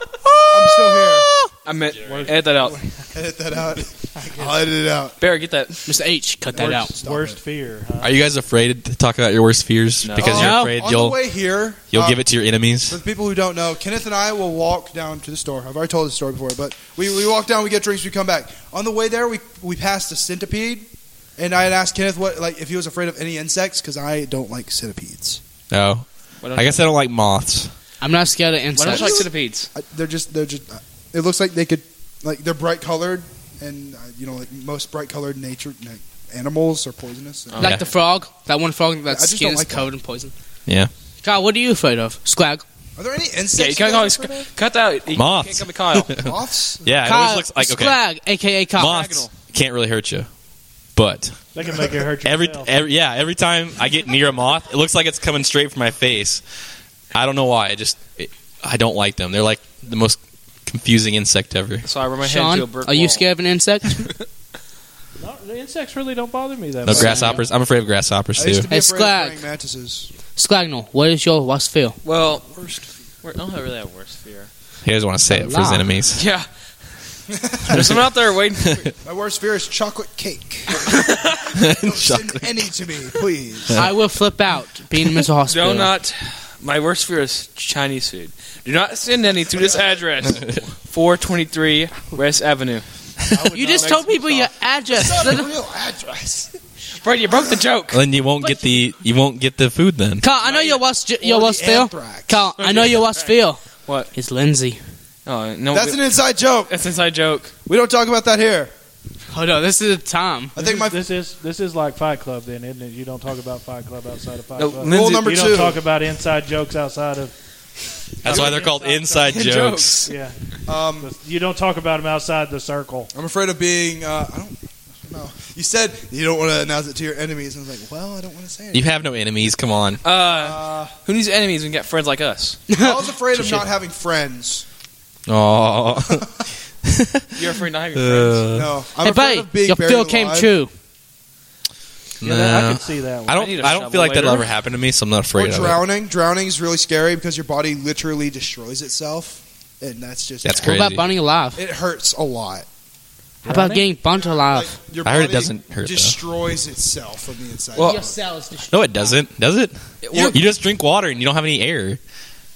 Speaker 1: I'm still here.
Speaker 5: I meant edit that out.
Speaker 1: Edit that out. I'll edit it out.
Speaker 5: Barry, get that.
Speaker 4: Mr. H, cut that out.
Speaker 2: Worst, worst fear. Huh?
Speaker 3: Are you guys afraid to talk about your worst fears
Speaker 5: No.
Speaker 3: because
Speaker 4: No.
Speaker 3: you're
Speaker 1: Uh, On
Speaker 3: afraid
Speaker 1: the
Speaker 3: you'll
Speaker 1: way here,
Speaker 3: you'll
Speaker 1: uh,
Speaker 3: give it to your
Speaker 1: For
Speaker 3: enemies?
Speaker 1: the people who don't know, Kenneth and I will walk down to the store. I've already told this story before, but we, we walk down, we get drinks, we come back. On the way there, we we passed a centipede, and I had asked Kenneth what like if he was afraid of any insects because I don't like centipedes.
Speaker 3: No.
Speaker 5: Why don't
Speaker 3: I guess I don't like moths.
Speaker 4: I'm not scared of
Speaker 5: Why don't
Speaker 4: insects.
Speaker 5: you like centipedes?
Speaker 1: I, they're just they're just. uh, It looks like they could like they're bright colored, and uh, you know like most bright colored nature like, animals are poisonous. and-
Speaker 4: Like
Speaker 3: Yeah.
Speaker 4: the frog, that one frog that
Speaker 1: I just
Speaker 4: skin
Speaker 1: don't
Speaker 4: is
Speaker 1: like that.
Speaker 4: covered in poison.
Speaker 3: Yeah.
Speaker 4: God, what are you afraid of? Squag.
Speaker 1: Are there any
Speaker 5: Yeah, you
Speaker 1: insects?
Speaker 5: can't
Speaker 1: that you're
Speaker 5: always
Speaker 1: afraid
Speaker 5: cut that out. You
Speaker 3: Moths.
Speaker 5: can't come to Kyle.
Speaker 1: of? Moths?
Speaker 3: Yeah, it
Speaker 4: Kyle,
Speaker 3: always looks like okay.
Speaker 4: Squag, aka Kyle.
Speaker 3: Moths can't really hurt you. But
Speaker 2: They can make it hurt
Speaker 3: every,
Speaker 2: yourself.
Speaker 3: every yeah, every time I get near a moth, it looks like it's coming straight for my face. I don't know why. I just it, I don't like them. They're like the most confusing insect ever.
Speaker 5: So I run my head into a
Speaker 4: Sean,
Speaker 5: brick
Speaker 4: are you
Speaker 5: wall.
Speaker 4: scared of an insect?
Speaker 2: No, the insects really don't bother me that
Speaker 3: No
Speaker 2: much.
Speaker 3: grasshoppers. I'm afraid of grasshoppers
Speaker 1: I
Speaker 3: too.
Speaker 1: used to be
Speaker 4: Hey,
Speaker 1: afraid of
Speaker 4: Sclag.
Speaker 1: praying mantises.
Speaker 4: Squagnol, what is your worst fear?
Speaker 5: Well, I don't really have worst fear.
Speaker 3: He doesn't want to say it for his
Speaker 4: Wow.
Speaker 3: enemies.
Speaker 5: Yeah. There's someone out there waiting. For me.
Speaker 1: My worst fear is chocolate cake. Don't
Speaker 3: Chocolate.
Speaker 1: send any to me, please.
Speaker 4: I will flip out being Mr. Hospital.
Speaker 5: Do
Speaker 1: uh,
Speaker 5: not. My worst fear is Chinese food. Do not send any to this address. 423 West Avenue.
Speaker 4: You just told people your address.
Speaker 1: Not a real address.
Speaker 5: Brady, you broke the joke.
Speaker 3: Then you won't get the you won't get the food then.
Speaker 4: Carl, I know your worst, your
Speaker 1: Or
Speaker 4: worst
Speaker 1: the
Speaker 4: fear.
Speaker 1: anthrax.
Speaker 4: Carl, I know your worst fear.
Speaker 5: What?
Speaker 4: It's Lindsay.
Speaker 5: Oh no,
Speaker 1: That's an inside joke.
Speaker 5: that's an inside joke.
Speaker 1: We don't talk about that here.
Speaker 4: Hold on, this is Tom.
Speaker 1: I
Speaker 2: This
Speaker 1: think
Speaker 2: is,
Speaker 1: my
Speaker 2: this is this is like Fight Club, then, isn't it? You don't talk about Fight Club outside of Fight
Speaker 5: No,
Speaker 2: Club.
Speaker 5: Lindsay-
Speaker 1: rule number
Speaker 2: you
Speaker 1: two.
Speaker 2: don't talk about inside jokes outside of
Speaker 3: That's why they're called inside jokes.
Speaker 2: yeah.
Speaker 1: um,
Speaker 2: You don't talk about them outside the circle.
Speaker 1: I'm afraid of being. Uh, I don't. No. You said you don't want to announce it to your enemies. And I was like, well, I don't want to say
Speaker 3: You
Speaker 1: it.
Speaker 3: have no enemies. Come on.
Speaker 5: Uh,
Speaker 1: Uh,
Speaker 5: who needs enemies when you got friends like us?
Speaker 1: I was afraid of not having friends.
Speaker 3: Oh,
Speaker 5: You're afraid not having
Speaker 3: Uh,
Speaker 5: friends.
Speaker 1: No, I'm
Speaker 6: hey,
Speaker 1: afraid
Speaker 6: buddy,
Speaker 1: of being
Speaker 6: your
Speaker 1: buried
Speaker 6: bill came
Speaker 1: alive.
Speaker 6: true.
Speaker 2: Yeah, that, I
Speaker 3: Nah.
Speaker 2: could see that one.
Speaker 3: I don't.
Speaker 5: need a
Speaker 3: I, don't
Speaker 5: shovel
Speaker 3: feel like that'll
Speaker 5: later.
Speaker 3: ever happen to me, so I'm
Speaker 1: Or
Speaker 3: not afraid of it.
Speaker 1: drowning. Drowning is really scary because your body literally destroys itself, and that's just
Speaker 3: That's
Speaker 6: What
Speaker 3: crazy.
Speaker 6: about burning alive?
Speaker 1: It hurts a lot.
Speaker 6: How about
Speaker 2: Drowning?
Speaker 6: getting burnt alive?
Speaker 1: Like, your
Speaker 3: Ah, I heard it
Speaker 1: body
Speaker 3: doesn't hurt, though.
Speaker 1: Destroys itself from the inside.
Speaker 5: Well,
Speaker 6: your cells destroyed.
Speaker 3: No, it doesn't. Does it?
Speaker 1: You're-
Speaker 3: You just drink water and you don't have any air.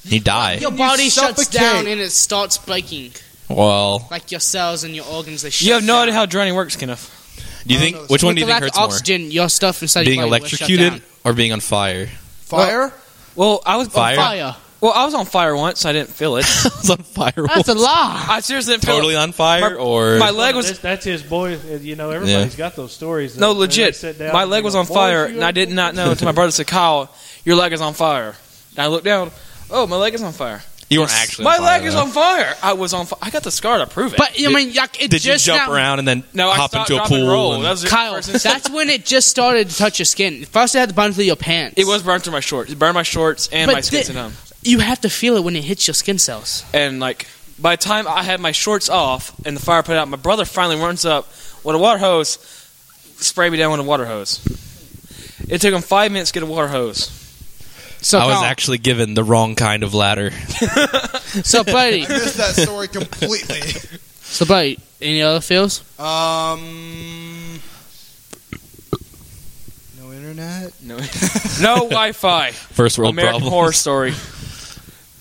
Speaker 3: You die.
Speaker 6: Your
Speaker 1: You
Speaker 6: body
Speaker 1: suffocate.
Speaker 6: shuts
Speaker 4: down and it starts breaking.
Speaker 3: Well,
Speaker 4: Like your cells and your organs, they shut
Speaker 5: You have no
Speaker 4: down.
Speaker 5: idea how drowning works, Kenneth.
Speaker 3: do
Speaker 1: I
Speaker 3: you
Speaker 1: don't
Speaker 3: think
Speaker 1: know.
Speaker 3: which one
Speaker 4: With
Speaker 3: do you
Speaker 4: the
Speaker 3: think
Speaker 4: lack
Speaker 3: hurts
Speaker 4: of
Speaker 3: more?
Speaker 4: oxygen, your stuff inside
Speaker 3: Being
Speaker 4: your body will shut down.
Speaker 3: electrocuted or being on fire?
Speaker 1: Fire.
Speaker 5: Well, I was
Speaker 3: Fire?
Speaker 6: Fire.
Speaker 5: Well, I was on fire once. I didn't feel it.
Speaker 3: I was on fire.
Speaker 6: That's a lie.
Speaker 5: I seriously didn't feel
Speaker 3: Totally on fire,
Speaker 5: My-
Speaker 3: or
Speaker 5: it. My leg was
Speaker 2: That's- that's his boy. uh, You know, everybody's got those stories.
Speaker 5: no
Speaker 2: that- where they
Speaker 5: legit.
Speaker 2: sit down
Speaker 5: My
Speaker 2: and
Speaker 5: leg
Speaker 2: they
Speaker 5: was
Speaker 2: go,
Speaker 5: on
Speaker 2: "Boy,
Speaker 5: fire,
Speaker 2: you
Speaker 5: and I
Speaker 2: okay?"
Speaker 5: did not know until my brother said, "Kyle, your leg is on fire." And I looked down. Oh, my leg is on fire.
Speaker 3: you weren't actually.
Speaker 5: my
Speaker 3: on fire,
Speaker 5: leg is
Speaker 3: though.
Speaker 5: on fire. I was on. Fi- I got the scar to prove it.
Speaker 6: But I mean, like, it
Speaker 3: Did you
Speaker 6: just
Speaker 3: jump
Speaker 6: now,
Speaker 3: around and then
Speaker 5: no, I
Speaker 3: hop
Speaker 5: stopped,
Speaker 3: into a
Speaker 5: drop, and roll.
Speaker 3: pool?
Speaker 5: That
Speaker 3: and-
Speaker 5: was the
Speaker 6: Kyle,
Speaker 5: first instance.
Speaker 6: that's when it just started to touch your skin. First, it had to burn through your pants.
Speaker 5: It was burned through my shorts. It burned my shorts and
Speaker 6: But
Speaker 5: my skin
Speaker 6: thi-
Speaker 5: to numb.
Speaker 6: You have to feel it when it hits your skin cells.
Speaker 5: And like by the time I had my shorts off and the fire put out, my brother finally runs up with a water hose, spray me down with a water hose. It took him five minutes to get a water hose.
Speaker 6: So,
Speaker 3: I was
Speaker 6: Kyle-
Speaker 3: actually given the wrong kind of ladder.
Speaker 6: so buddy,
Speaker 1: I missed that story completely.
Speaker 6: so buddy, any other feels?
Speaker 1: Um, no internet.
Speaker 5: No, no Wi-Fi.
Speaker 3: First world
Speaker 5: American
Speaker 3: problem.
Speaker 5: Horror Story.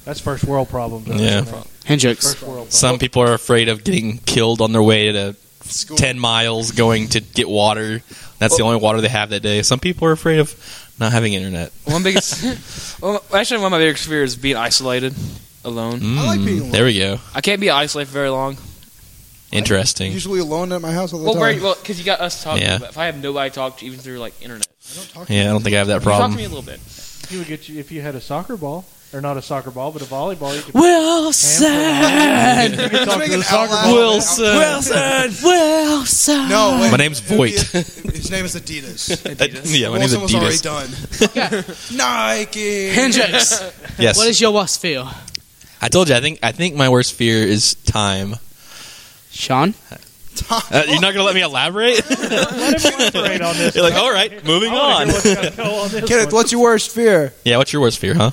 Speaker 2: That's first world problems. though,
Speaker 3: Yeah.
Speaker 2: isn't it?
Speaker 6: Hendrix.
Speaker 2: First world problems.
Speaker 3: Some people are afraid of getting killed on their way to
Speaker 1: School.
Speaker 3: 10 miles going to get water. That's
Speaker 1: Oh.
Speaker 3: the only water they have that day. Some people are afraid of not having internet.
Speaker 5: One biggest. well, actually, one of my biggest fears is being isolated, alone.
Speaker 3: Mm,
Speaker 1: I like being alone.
Speaker 3: There we go.
Speaker 5: I can't be isolated for very long.
Speaker 3: Interesting.
Speaker 1: Usually alone at my house all the
Speaker 5: Well,
Speaker 1: time.
Speaker 5: because well, 'cause you got us talking.
Speaker 3: Yeah.
Speaker 5: But if I have nobody to talk to, even through like internet,
Speaker 1: I don't talk to
Speaker 3: Yeah, I don't think I have that
Speaker 5: You talk to
Speaker 3: problem.
Speaker 5: me a little bit.
Speaker 2: You would get you if you had a soccer ball, or not a soccer ball, but a volleyball. You could
Speaker 6: Wilson.
Speaker 2: You could
Speaker 1: Let's
Speaker 2: talk
Speaker 1: make
Speaker 2: to the
Speaker 1: it
Speaker 2: soccer
Speaker 1: out
Speaker 2: ball.
Speaker 1: loud.
Speaker 3: Wilson.
Speaker 6: Wilson.
Speaker 1: No, wait.
Speaker 3: My name's Voight.
Speaker 1: His name is Adidas.
Speaker 3: yeah, my name's
Speaker 1: Wilson was already done.
Speaker 3: Adidas.
Speaker 1: Nike.
Speaker 6: Hendrix.
Speaker 3: Yes.
Speaker 6: What is your worst feel,
Speaker 3: I told you. I think. I think my worst fear is time.
Speaker 6: Sean?
Speaker 3: Uh, you're not gonna let me elaborate.
Speaker 2: Let him elaborate on this.
Speaker 3: you're like, all right, moving
Speaker 2: I wanna
Speaker 3: on.
Speaker 2: hear what's gonna go on this
Speaker 1: Kenneth,
Speaker 2: one.
Speaker 1: what's your worst fear?
Speaker 3: Yeah. What's your worst fear, huh?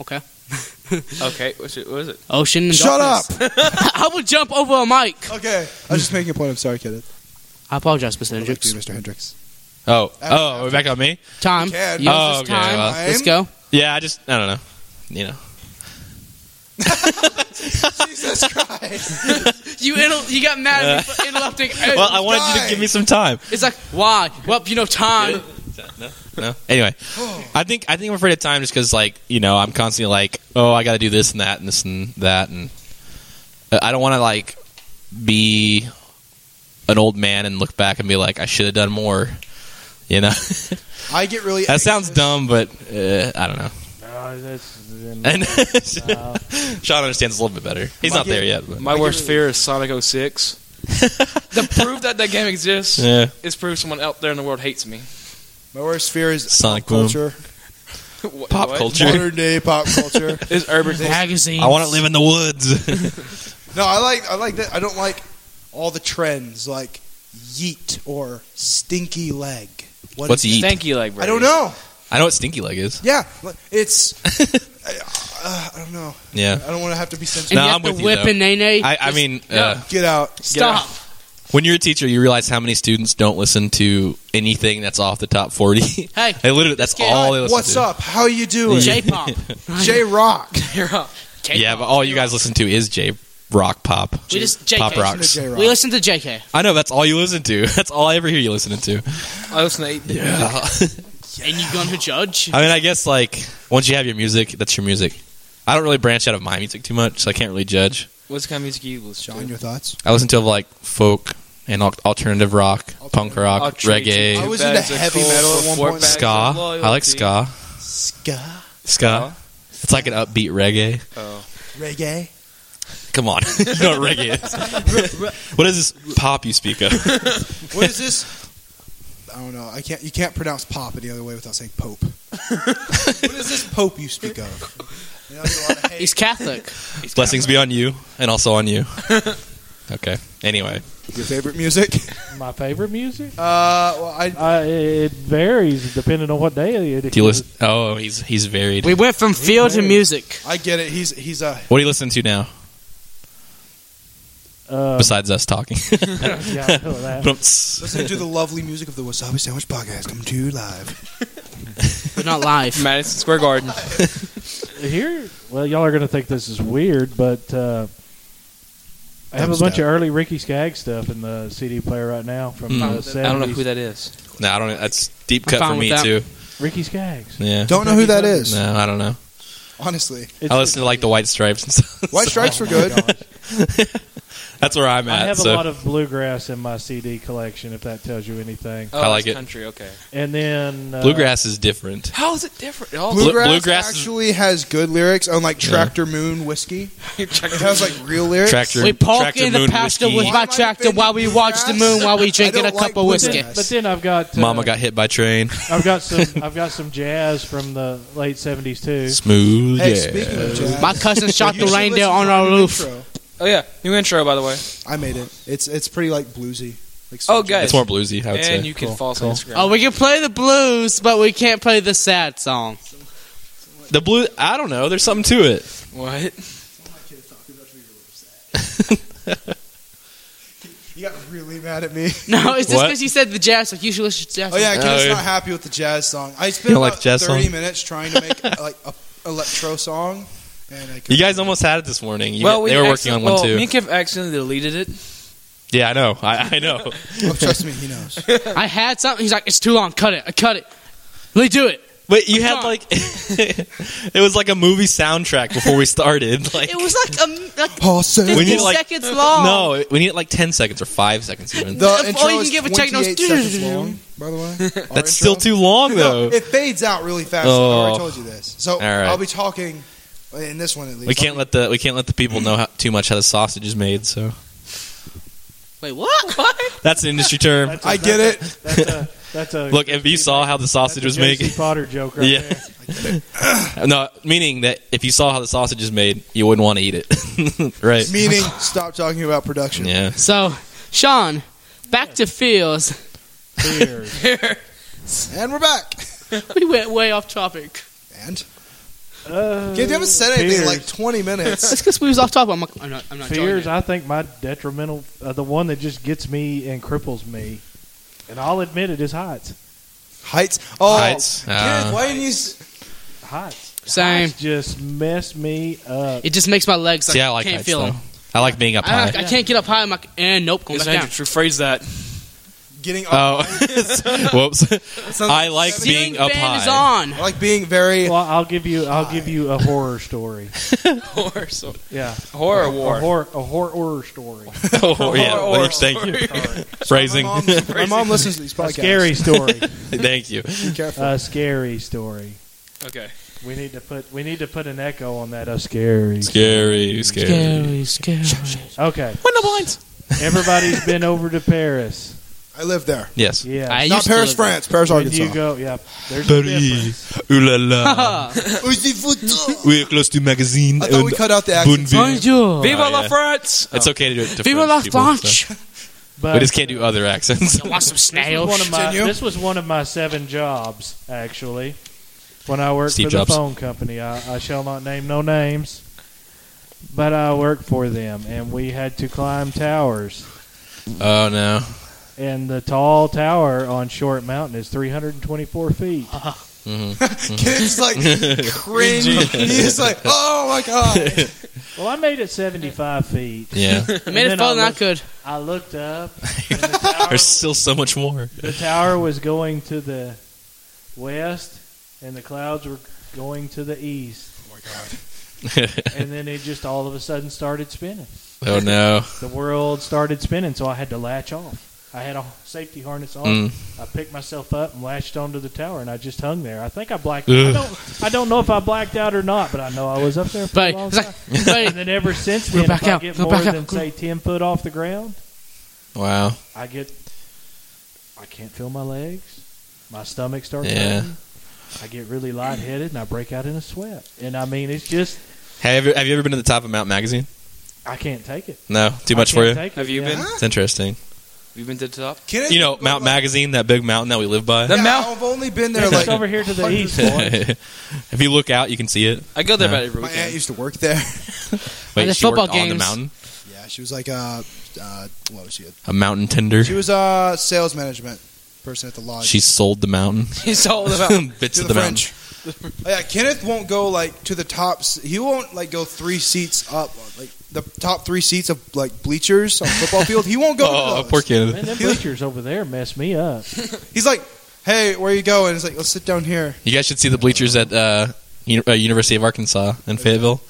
Speaker 5: Okay, what's it, what is it?
Speaker 6: Ocean. and
Speaker 1: Shut
Speaker 6: darkness. I will jump over a mic.
Speaker 1: Okay, I was just making a point. I'm sorry, Kenneth.
Speaker 6: I apologize, Mr.
Speaker 1: I'd like to
Speaker 6: Hendrix.
Speaker 1: be Mr. Hendrix.
Speaker 3: Oh.
Speaker 1: After-
Speaker 3: Oh, we're back on me.
Speaker 6: Time.
Speaker 1: You can.
Speaker 6: Yours
Speaker 3: Oh,
Speaker 6: is
Speaker 3: okay,
Speaker 6: time.
Speaker 3: well.
Speaker 6: Let's go.
Speaker 3: Yeah. I just. I don't know. You know.
Speaker 1: Jesus Christ!
Speaker 6: You inter- you got mad at me for interrupting.
Speaker 3: Well, I wanted you
Speaker 1: die.
Speaker 3: to give me some time.
Speaker 6: it's like why? Well, you know, time.
Speaker 3: No. Anyway, I think I think I'm afraid of time just because like you know I'm constantly like oh I got to do this and that and this and that and uh, I don't want to like be an old man and look back and be like I should have done more. You know
Speaker 1: I get really.
Speaker 3: that sounds
Speaker 1: anxious.
Speaker 3: dumb, but uh, I don't know.
Speaker 2: No, that's- uh,
Speaker 3: And Sean understands a little bit better. He's not there yet. But.
Speaker 5: My worst fear is Sonic 06. the proof that that game exists
Speaker 3: Yeah,
Speaker 5: is proof someone out there in the world hates me.
Speaker 1: My worst fear is
Speaker 3: Sonic
Speaker 1: pop culture,
Speaker 5: What-
Speaker 3: pop
Speaker 5: what?
Speaker 3: culture.
Speaker 1: modern day pop culture.
Speaker 5: Is urban
Speaker 6: Magazine.
Speaker 3: I want to live in the woods.
Speaker 1: no, I like. I like that. I don't like all the trends like yeet or stinky leg. What
Speaker 3: What's
Speaker 1: is-
Speaker 3: yeet?
Speaker 5: Thank you, like
Speaker 1: I don't know.
Speaker 3: I know what stinky leg is.
Speaker 1: Yeah, it's. I, uh, I don't know.
Speaker 3: Yeah.
Speaker 1: I don't want to have to be censored.
Speaker 6: And
Speaker 3: No,
Speaker 6: you have
Speaker 3: I'm
Speaker 6: to
Speaker 3: with you,
Speaker 6: whip
Speaker 3: though.
Speaker 6: and nay nay.
Speaker 3: I, I mean, uh,
Speaker 1: Get out.
Speaker 6: Stop.
Speaker 3: when you're a teacher, you realize how many students don't listen to anything that's off the top 40.
Speaker 6: Hey,
Speaker 3: They literally, that's
Speaker 6: get
Speaker 3: all
Speaker 6: on.
Speaker 3: they listen
Speaker 1: What's
Speaker 3: to.
Speaker 1: up? How you doing?
Speaker 6: J pop.
Speaker 1: J Rock.
Speaker 6: K-pop.
Speaker 3: Yeah, but all you guys listen to is J rock pop.
Speaker 6: We just- JK.
Speaker 3: pop rocks.
Speaker 1: J
Speaker 6: we
Speaker 1: Rock.
Speaker 6: listen to JK.
Speaker 3: I know that's all you listen to. That's all I ever hear you listening to.
Speaker 5: I listen to 8 bit.
Speaker 3: Yeah.
Speaker 6: And you gonna judge?
Speaker 3: I mean, I guess like once you have your music, that's your music. I don't really branch out of my music too much, so I can't really judge.
Speaker 5: What's the kind of music you listen
Speaker 1: John,
Speaker 5: to?
Speaker 1: your thoughts?
Speaker 3: I listen to like folk and al- alternative rock, punk rock,
Speaker 5: I'll trade you
Speaker 3: reggae,
Speaker 5: two
Speaker 1: I was into
Speaker 5: bags of
Speaker 1: heavy
Speaker 5: coal
Speaker 1: metal at
Speaker 5: for
Speaker 1: one
Speaker 5: four
Speaker 1: point.
Speaker 5: bags of
Speaker 3: ska. I like
Speaker 5: loyalty.
Speaker 3: ska.
Speaker 1: Ska,
Speaker 3: Ska. It's like an upbeat reggae.
Speaker 1: reggae.
Speaker 3: Come on, you know what reggae is. what is this pop you speak of?
Speaker 1: What is this? I don't know. I can't. You can't pronounce pop any other way without saying pope. what is this pope you speak of? You know, I get a lot of hate.
Speaker 6: He's Catholic.
Speaker 3: Blessings be on you and also on you. okay. Anyway,
Speaker 1: Your favorite music?
Speaker 2: My favorite music?
Speaker 1: Uh, well, I
Speaker 2: Uh, it varies depending on what day it is.
Speaker 3: do you listen? Oh, he's he's varied.
Speaker 6: We went from field to
Speaker 2: married.
Speaker 6: music.
Speaker 1: I get it. He's he's a
Speaker 3: What do you listen to now?
Speaker 2: Uh,
Speaker 3: Besides us talking,
Speaker 2: yeah, I know that.
Speaker 3: Bumps.
Speaker 1: listening to the lovely music of the Wasabi Sandwich Podcast coming to you live.
Speaker 6: But not live.
Speaker 5: Madison Square Garden.
Speaker 2: here, well, y'all are going to think this is weird, but uh, I
Speaker 1: Dumb
Speaker 2: have a bunch
Speaker 1: stuff.
Speaker 2: of early Ricky Skaggs stuff in the CD player right now from
Speaker 3: Mm.
Speaker 1: Oh,
Speaker 2: the
Speaker 5: I
Speaker 2: 70s.
Speaker 5: don't know who that is.
Speaker 3: no, I don't. That's deep
Speaker 6: I'm
Speaker 3: cut
Speaker 6: fine
Speaker 3: for
Speaker 6: with
Speaker 3: me
Speaker 6: that.
Speaker 3: too.
Speaker 2: Ricky Skaggs.
Speaker 3: Yeah.
Speaker 1: Don't know who that is.
Speaker 3: No, I don't know.
Speaker 1: Honestly,
Speaker 2: It's- Oh
Speaker 3: I listen to like the White Stripes and stuff.
Speaker 1: White
Speaker 3: So oh
Speaker 1: Stripes were good.
Speaker 3: that's where I'm
Speaker 2: I
Speaker 3: at.
Speaker 2: have
Speaker 3: so
Speaker 2: a lot of bluegrass in my CD collection, if that tells you anything.
Speaker 5: Oh,
Speaker 3: I like
Speaker 5: it's
Speaker 3: it.
Speaker 5: Country, okay.
Speaker 2: And then uh,
Speaker 3: bluegrass is different.
Speaker 5: How is it different? It all
Speaker 3: Blue-
Speaker 1: Bluegrass,
Speaker 3: Bluegrass is-
Speaker 1: actually has good lyrics, unlike Tractor Moon Whiskey. It has like real lyrics.
Speaker 3: Tractor,
Speaker 6: We park
Speaker 3: tractor
Speaker 6: in the
Speaker 3: moon
Speaker 6: pasture
Speaker 3: whiskey.
Speaker 6: with my tractor while we watch the moon while we drinking a cup of
Speaker 2: But
Speaker 6: whiskey.
Speaker 2: then, but then I've got uh,
Speaker 3: Mama got hit by train.
Speaker 2: I've got some I've got some jazz from the late seventies too.
Speaker 3: Smooth.
Speaker 1: Hey,
Speaker 3: yeah.
Speaker 1: speaking of jazz,
Speaker 6: My cousin shot
Speaker 1: you
Speaker 6: the
Speaker 1: should
Speaker 6: reindeer
Speaker 1: listen
Speaker 6: on
Speaker 1: to
Speaker 6: our
Speaker 1: new
Speaker 6: roof.
Speaker 1: intro.
Speaker 5: Oh yeah, new intro by the way.
Speaker 1: I made it. It's it's pretty like bluesy. Like soul
Speaker 5: Oh,
Speaker 1: jazz.
Speaker 5: guys.
Speaker 3: It's more bluesy. I would say.
Speaker 5: And you can follow us on Instagram.
Speaker 6: Oh, we can play the blues, but we can't play the sad song.
Speaker 3: the blue. I don't know. There's something to it.
Speaker 5: What?
Speaker 1: You got really mad at me.
Speaker 6: No, it's just
Speaker 3: What?
Speaker 6: because you said the jazz. Like you should listen to jazz.
Speaker 1: Oh yeah,
Speaker 3: Oh,
Speaker 1: Kenneth's
Speaker 3: yeah.
Speaker 1: not happy with the jazz song. I spent
Speaker 3: You don't like
Speaker 1: about
Speaker 3: the jazz
Speaker 1: thirty
Speaker 3: song?
Speaker 1: minutes trying to make like a electro song, and I
Speaker 3: You
Speaker 1: could,
Speaker 3: guys almost had it this morning. You
Speaker 5: well,
Speaker 3: got-
Speaker 5: we
Speaker 3: they were working
Speaker 5: accident-
Speaker 3: on one
Speaker 5: well,
Speaker 3: too.
Speaker 5: Me and Kev accidentally deleted it.
Speaker 3: yeah, I know. I, I know.
Speaker 1: oh, trust me, he knows.
Speaker 6: I had something. He's like, it's too long. Cut it. I cut it. Really do it.
Speaker 3: But you
Speaker 6: I'm
Speaker 3: had
Speaker 6: gone.
Speaker 3: like it was like a movie soundtrack before we started. Like
Speaker 6: It was like a m- like
Speaker 1: Paul said
Speaker 3: We
Speaker 1: the
Speaker 3: need,
Speaker 6: 15
Speaker 3: like-
Speaker 6: seconds long.
Speaker 3: no, we need like ten seconds or five seconds even.
Speaker 6: all you
Speaker 1: intro
Speaker 6: can
Speaker 1: is
Speaker 6: give a techno-
Speaker 1: 28 seconds long. By the way, Our
Speaker 3: That's still
Speaker 1: intro.
Speaker 3: too
Speaker 1: No,
Speaker 3: long though.
Speaker 1: it fades out really fast. I
Speaker 3: Oh.
Speaker 1: already told you this, so
Speaker 3: right.
Speaker 1: I'll be talking in this one at least.
Speaker 3: we can't let the we can't let the people know how, too much how the sausage is made. So
Speaker 6: Wait, what?
Speaker 3: that's an industry term.
Speaker 1: I get it.
Speaker 2: That's a that's a
Speaker 3: Look, if you saw how the sausage was
Speaker 2: J.C.
Speaker 3: made,
Speaker 2: Potter joke right
Speaker 3: Yeah.
Speaker 2: there.
Speaker 3: no, meaning that if you saw how the sausage is made, you wouldn't want to eat it, right?
Speaker 1: Meaning, stop talking about production.
Speaker 3: Yeah.
Speaker 6: So, Sean, back to fields.
Speaker 2: Cheers.
Speaker 1: And we're back.
Speaker 6: We went way off topic.
Speaker 1: And
Speaker 2: Uh,
Speaker 1: you haven't said anything in like
Speaker 2: Fears.
Speaker 1: twenty minutes.
Speaker 6: That's because we was off topic. I'm, like, I'm not. I'm not. Fears.
Speaker 2: Fears, I think my detrimental, uh, the one that just gets me and cripples me, and I'll admit it is heights.
Speaker 1: Heights. Oh,
Speaker 3: Heights.
Speaker 1: Kenneth,
Speaker 3: Uh,
Speaker 1: why didn't you? s-
Speaker 2: Heights.
Speaker 6: Same.
Speaker 2: Heights just mess me up.
Speaker 6: It just makes my legs. Like,
Speaker 3: See, I like
Speaker 6: can't
Speaker 3: heights,
Speaker 6: feel
Speaker 3: though.
Speaker 6: them.
Speaker 3: I like being
Speaker 6: I,
Speaker 3: up high.
Speaker 6: I can't get up high. I'm like, and nope, going
Speaker 5: Yes,
Speaker 6: back
Speaker 5: I
Speaker 6: down.
Speaker 5: had to rephrase that.
Speaker 1: Getting up.
Speaker 3: Oh, whoops!
Speaker 1: Sounds-
Speaker 3: I like
Speaker 6: Ceiling
Speaker 3: being up
Speaker 6: fan is
Speaker 3: high.
Speaker 6: on.
Speaker 1: I like being very.
Speaker 2: Well, I'll give you, I'll give you a horror story.
Speaker 5: Horror, so,
Speaker 2: Yeah,
Speaker 5: horror
Speaker 2: a
Speaker 5: war.
Speaker 2: horror, a horror horror story,
Speaker 3: Oh, yeah,
Speaker 5: Horror
Speaker 3: thank- thank you.
Speaker 2: Sorry.
Speaker 3: Phrasing.
Speaker 1: My mom, my mom listens to these
Speaker 2: a
Speaker 1: podcasts.
Speaker 2: scary story,
Speaker 3: Thank you.
Speaker 1: Be careful.
Speaker 2: a scary story.
Speaker 5: Okay.
Speaker 2: We need to put, we need to put an echo on that. A scary.
Speaker 3: Scary, scary.
Speaker 6: Scary, scary.
Speaker 2: Okay,
Speaker 5: Window blinds.
Speaker 2: everybody's been over to Paris.
Speaker 1: I live there.
Speaker 3: Yes.
Speaker 2: Yeah,
Speaker 6: I
Speaker 1: Not
Speaker 6: used to
Speaker 1: Paris,
Speaker 6: live-
Speaker 1: France. Paris,
Speaker 2: when you
Speaker 1: Arkansas.
Speaker 2: go, yeah, there's a
Speaker 3: Paris.
Speaker 2: difference.
Speaker 3: Ooh la la.
Speaker 6: Ah,
Speaker 3: We're close to magazine.
Speaker 1: I thought we
Speaker 3: and
Speaker 1: cut out the accents.
Speaker 3: Boonville.
Speaker 6: bonjour.
Speaker 5: Viva
Speaker 3: Oh,
Speaker 5: la
Speaker 3: yeah.
Speaker 5: France.
Speaker 3: It's okay to do it to
Speaker 6: Viva
Speaker 3: French
Speaker 6: la
Speaker 3: people, so.
Speaker 6: France.
Speaker 2: But
Speaker 3: We just can't do other accents.
Speaker 6: You want some
Speaker 2: This was, one
Speaker 6: snails?
Speaker 2: of my,
Speaker 1: Continue.
Speaker 2: this was one of my seven jobs, actually, when I worked
Speaker 3: Steve
Speaker 2: for the
Speaker 3: Jobs.
Speaker 2: phone company. I, I shall not name no names, but I worked for them, and we had to climb towers.
Speaker 3: oh no.
Speaker 2: And the tall tower on Short Mountain is 324 feet.
Speaker 6: Uh-huh.
Speaker 1: Kenneth's like cringe. He's like, oh my god.
Speaker 2: Well, I made it 75 feet.
Speaker 3: Yeah.
Speaker 6: I made
Speaker 2: And
Speaker 6: it
Speaker 2: then
Speaker 6: fun
Speaker 2: I
Speaker 6: than I
Speaker 2: looked-
Speaker 6: could.
Speaker 2: I looked up, and the tower,
Speaker 3: There's still so much more.
Speaker 2: the tower was going to the west, and the clouds were going to the east.
Speaker 1: Oh my god.
Speaker 2: And then it just all of a sudden started spinning.
Speaker 3: oh no.
Speaker 2: the world started spinning, so I had to latch off. I had a safety harness on.
Speaker 3: Mm.
Speaker 2: I picked myself up and latched onto the tower, and I just hung there. I think I blacked. I
Speaker 3: Ugh.
Speaker 2: don't. I don't know if I blacked out or not, but I know I was up there for
Speaker 6: But
Speaker 2: a long
Speaker 6: it's
Speaker 2: time.
Speaker 6: like,
Speaker 2: and
Speaker 6: but
Speaker 2: then ever since
Speaker 6: Go
Speaker 2: then,
Speaker 6: back
Speaker 2: if I
Speaker 6: out,
Speaker 2: get
Speaker 6: go
Speaker 2: more
Speaker 6: back out,
Speaker 2: than
Speaker 6: go-
Speaker 2: say ten foot off the ground,
Speaker 3: Wow.
Speaker 2: I get I can't feel my legs. My stomach starts
Speaker 3: Yeah.
Speaker 2: hurting. I get really lightheaded and I break out in a sweat. And I mean, it's just
Speaker 3: Have you, have you ever been to the top of Mount Magazine?
Speaker 2: I can't take it.
Speaker 3: No, too
Speaker 2: I
Speaker 3: much for
Speaker 2: can't
Speaker 3: you.
Speaker 2: take it,
Speaker 5: Have you
Speaker 2: yeah.
Speaker 5: been?
Speaker 3: It's interesting.
Speaker 5: You Oh, been to the top?
Speaker 1: Can it-
Speaker 3: You know Mount Magazine, that big mountain that we live by.
Speaker 1: Yeah,
Speaker 5: The Mount-
Speaker 1: I've only been there
Speaker 2: It's
Speaker 1: like.
Speaker 2: over here to the
Speaker 1: hundreds
Speaker 2: east.
Speaker 1: of times.
Speaker 3: if you look out, you can see it.
Speaker 5: I go there
Speaker 3: No.
Speaker 5: about every
Speaker 1: My aunt
Speaker 5: weekend.
Speaker 1: used to work there.
Speaker 3: Wait,
Speaker 6: the
Speaker 3: she worked
Speaker 6: football
Speaker 3: on the
Speaker 6: games.
Speaker 3: mountain,
Speaker 1: Yeah, she was like uh, uh what was she?
Speaker 3: a mountain tender.
Speaker 1: She was uh sales management person at the lodge.
Speaker 3: She sold the mountain.
Speaker 5: It's all about
Speaker 3: Bits
Speaker 1: to
Speaker 3: of
Speaker 1: the
Speaker 3: the mountain.
Speaker 1: French. Oh, yeah, Kenneth won't go like to the top. s- He won't like go three seats up, like the top three seats of like bleachers on football field. He won't go.
Speaker 3: Oh,
Speaker 1: to those.
Speaker 3: poor kid.
Speaker 2: Man, them bleachers over there mess me up.
Speaker 1: He's like, hey, where you going? It's like, let's sit down here.
Speaker 3: You guys should see the bleachers at uh, Uni- uh, University of Arkansas in Fayetteville.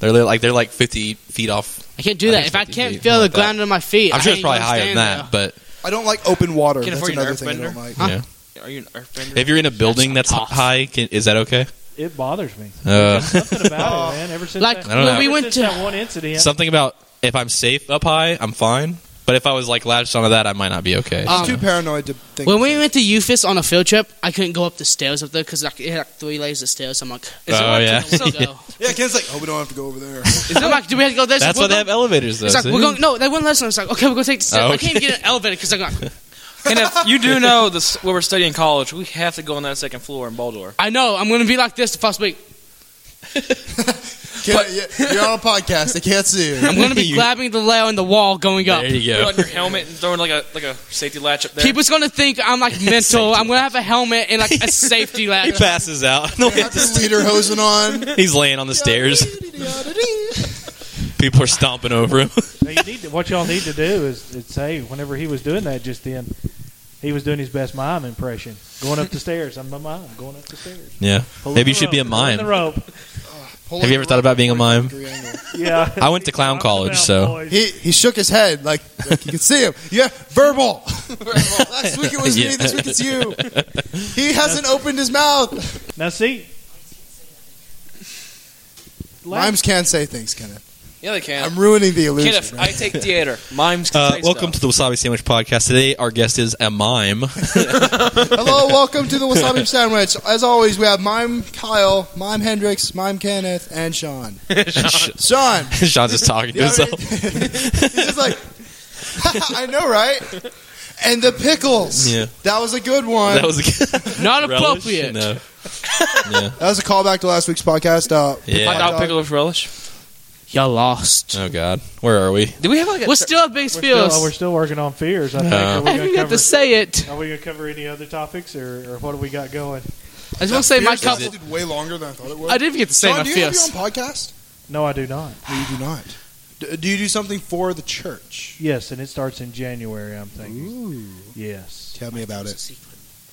Speaker 3: They're li- like they're like fifty feet off.
Speaker 6: I can't do
Speaker 3: I
Speaker 6: that.
Speaker 3: think
Speaker 6: If I
Speaker 3: it's
Speaker 6: can't
Speaker 3: 58,
Speaker 6: feel the
Speaker 3: like that.
Speaker 6: ground under my feet,
Speaker 3: I'm sure it's
Speaker 6: I ain't
Speaker 3: probably
Speaker 6: gonna
Speaker 3: higher than
Speaker 6: stand
Speaker 3: that, but
Speaker 1: I don't like open water.
Speaker 5: Can't
Speaker 1: That's
Speaker 5: afford an
Speaker 1: another
Speaker 5: earth
Speaker 1: thing I don't
Speaker 5: bender.
Speaker 1: like.
Speaker 6: Huh?
Speaker 3: yeah.
Speaker 5: Are you an earthbender?
Speaker 3: if you're in a building that's
Speaker 6: tough.
Speaker 3: high, can, is that okay?
Speaker 2: It bothers me. Oh.
Speaker 3: Uh,
Speaker 2: Something about it, man. Ever since
Speaker 6: Like,
Speaker 2: that,
Speaker 3: I don't
Speaker 6: when
Speaker 3: know.
Speaker 6: we
Speaker 2: ever
Speaker 6: went
Speaker 2: since
Speaker 6: to
Speaker 2: that one incident,
Speaker 3: Something about if I'm safe up high, I'm fine. But if I was like latched onto that, I might not be okay.
Speaker 1: He's
Speaker 6: Um,
Speaker 1: too paranoid to think.
Speaker 6: when we went to Ufis on a field trip, I couldn't go up the stairs up there because like, it had like three layers of stairs. I'm like,
Speaker 3: Oh, yeah.
Speaker 6: I don't wanna go.
Speaker 1: yeah, Kenneth's like, oh, we don't have to go over there.
Speaker 6: I'm like, do we have to go there? It's like,
Speaker 3: that's why
Speaker 6: we're
Speaker 3: they have
Speaker 6: going-
Speaker 3: elevators, though.
Speaker 6: It's like
Speaker 3: see?
Speaker 6: we're going. No, they went less. And it's like, okay, we're gonna take the stairs.
Speaker 3: Oh,
Speaker 6: I can't even get an elevator because I'm like,
Speaker 5: And if you do know this, what we're studying in college, we have to go on that second floor in Baldor.
Speaker 6: I know I'm gonna be like this the first week.
Speaker 1: Kenneth, yeah, you're on a podcast. They can't see you.
Speaker 6: I'm gonna be grabbing the layer in the wall going up.
Speaker 3: there you
Speaker 5: Put
Speaker 3: go.
Speaker 5: on your helmet and throwing like a like a safety latch up there.
Speaker 6: People's gonna think I'm like mental. I'm gonna have a helmet and like a safety
Speaker 3: He
Speaker 6: latch.
Speaker 3: passes out. No,
Speaker 1: Got the leader hosing on.
Speaker 3: he's laying on the stairs. People are stomping over him.
Speaker 2: Now, you need to, what y'all need to do is, is say whenever he was doing that just then, he was doing his best mime impression, going up the stairs. I'm a mime, going up the stairs.
Speaker 3: Yeah.
Speaker 2: Pulling
Speaker 3: Maybe
Speaker 2: the
Speaker 3: you should be a
Speaker 2: rope, pulling
Speaker 3: mime.
Speaker 2: The rope.
Speaker 3: Have you ever thought about being a mime?
Speaker 2: Yeah.
Speaker 3: I went to clown college, so
Speaker 1: He he shook his head like, like you can see him. Yeah, verbal. verbal. Last week it was me.
Speaker 3: Yeah.
Speaker 1: This week it's you. He hasn't opened his mouth.
Speaker 2: now see.
Speaker 1: Mimes can't say things, Kenneth.
Speaker 5: yeah, they can.
Speaker 1: I'm ruining the illusion.
Speaker 5: Kenneth,
Speaker 1: man.
Speaker 5: I take theater. Mimes. Can
Speaker 3: uh,
Speaker 5: say stuff.
Speaker 3: welcome to the Wasabi Sandwich Podcast. Today, our guest is a mime.
Speaker 1: Hello, welcome to the Wasabi Sandwich. As always, we have Mime Kyle, Mime Hendrix, Mime Kenneth, and Sean. Sean,
Speaker 3: Sean's just talking to
Speaker 1: the other-
Speaker 3: himself.
Speaker 1: he's just like, I know, right? And the pickles.
Speaker 3: Yeah.
Speaker 1: That was a good one.
Speaker 3: That was a
Speaker 6: Not
Speaker 3: relish?
Speaker 6: appropriate.
Speaker 3: No.
Speaker 1: That was a callback to last week's podcast. Uh,
Speaker 5: Hot
Speaker 3: Yeah.
Speaker 5: dog pickle with relish.
Speaker 6: Y'all lost.
Speaker 3: Oh God, where are we?
Speaker 5: Do we have like a?
Speaker 6: We're still at Big
Speaker 2: We're still, oh, we're
Speaker 6: Spiels.
Speaker 2: still working on fears. I think.
Speaker 3: Uh,
Speaker 2: are we
Speaker 6: I
Speaker 2: going
Speaker 6: didn't
Speaker 2: to
Speaker 6: have
Speaker 2: cover?
Speaker 6: to say it.
Speaker 2: Are we going to cover any other topics, or, or what do we got going?
Speaker 6: I just want to say my cup.
Speaker 1: did way longer than I thought it would.
Speaker 6: I did get to say
Speaker 1: Sean,
Speaker 6: my
Speaker 1: do you have your
Speaker 6: fears.
Speaker 1: own podcast?
Speaker 2: No, I do not.
Speaker 1: No, you do not. D- do you do something for the church?
Speaker 2: Yes, and it starts in January. I'm thinking.
Speaker 1: Ooh.
Speaker 2: Yes,
Speaker 1: Tell me about it.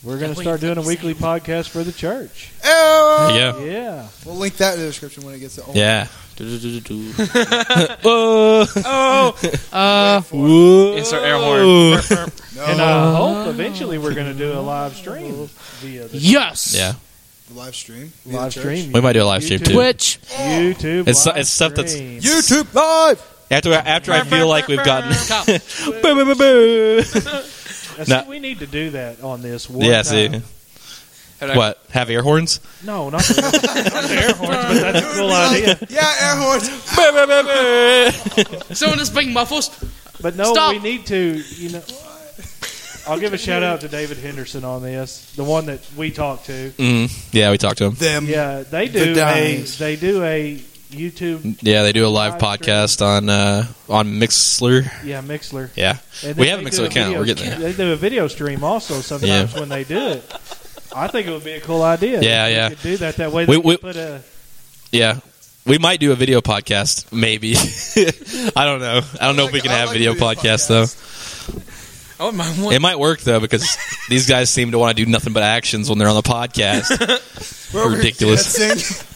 Speaker 2: we're going
Speaker 6: Wait,
Speaker 2: to start doing a
Speaker 6: let me
Speaker 2: weekly podcast for the church.
Speaker 1: Oh!
Speaker 3: Yeah.
Speaker 2: Yeah.
Speaker 1: We'll link that in the description when it gets to oh,
Speaker 3: Yeah.
Speaker 6: Uh,
Speaker 5: Insert air horn.
Speaker 1: no,
Speaker 2: And I hope eventually we're going to do a live stream via the
Speaker 6: yes.
Speaker 3: Yeah.
Speaker 1: the live stream. Via the
Speaker 2: live
Speaker 1: church.
Speaker 2: stream.
Speaker 3: We might do a live stream too.
Speaker 6: Twitch.
Speaker 2: YouTube.
Speaker 3: It's-
Speaker 2: live
Speaker 3: it's stuff that's-
Speaker 2: stream.
Speaker 1: YouTube live.
Speaker 3: After after I feel like we've gotten.
Speaker 6: Cup.
Speaker 3: Boo, boo, boo, boo.
Speaker 2: Now,
Speaker 3: No.
Speaker 2: see, we need to do that on this. One
Speaker 3: Yeah.
Speaker 2: time.
Speaker 3: See. What? Have air horns?
Speaker 2: No, not the, not the air horns, but that's a cool idea.
Speaker 1: Yeah, air horns.
Speaker 3: Boo, boo, boo, boo.
Speaker 6: Someone just bring muffles.
Speaker 2: But no,
Speaker 6: Stop.
Speaker 2: we need to. You know, I'll give a shout out to David Henderson on this, the one that we talked to.
Speaker 3: Mm, yeah, we talked to him.
Speaker 1: Them.
Speaker 2: Yeah, they
Speaker 1: The
Speaker 2: do a
Speaker 1: dimes.
Speaker 2: they do a YouTube
Speaker 3: Yeah, they do a live
Speaker 2: Live stream.
Speaker 3: podcast on uh, on Mixler.
Speaker 2: yeah Mixler.
Speaker 3: Yeah.
Speaker 2: And
Speaker 3: We
Speaker 2: then
Speaker 3: have a
Speaker 2: they
Speaker 3: Mixler
Speaker 2: do
Speaker 3: account.
Speaker 2: video-
Speaker 3: We're getting there.
Speaker 2: They do a video stream also sometimes when they do it. I think it would be a cool idea.
Speaker 3: Yeah,
Speaker 2: if we
Speaker 3: yeah.
Speaker 2: Could do that that way.
Speaker 3: We-
Speaker 2: they could
Speaker 3: we-
Speaker 2: put a
Speaker 3: Yeah. We might do a video podcast, maybe. I don't know. I don't know if we
Speaker 1: like-
Speaker 3: can
Speaker 1: I
Speaker 3: have
Speaker 1: like
Speaker 3: video
Speaker 1: video
Speaker 3: podcast
Speaker 1: podcasts.
Speaker 3: though.
Speaker 5: I want Oh, my one.
Speaker 3: It might work though because these guys seem to want to do nothing but actions when they're on the podcast.
Speaker 1: We're over here
Speaker 3: Ridiculous.
Speaker 1: dancing.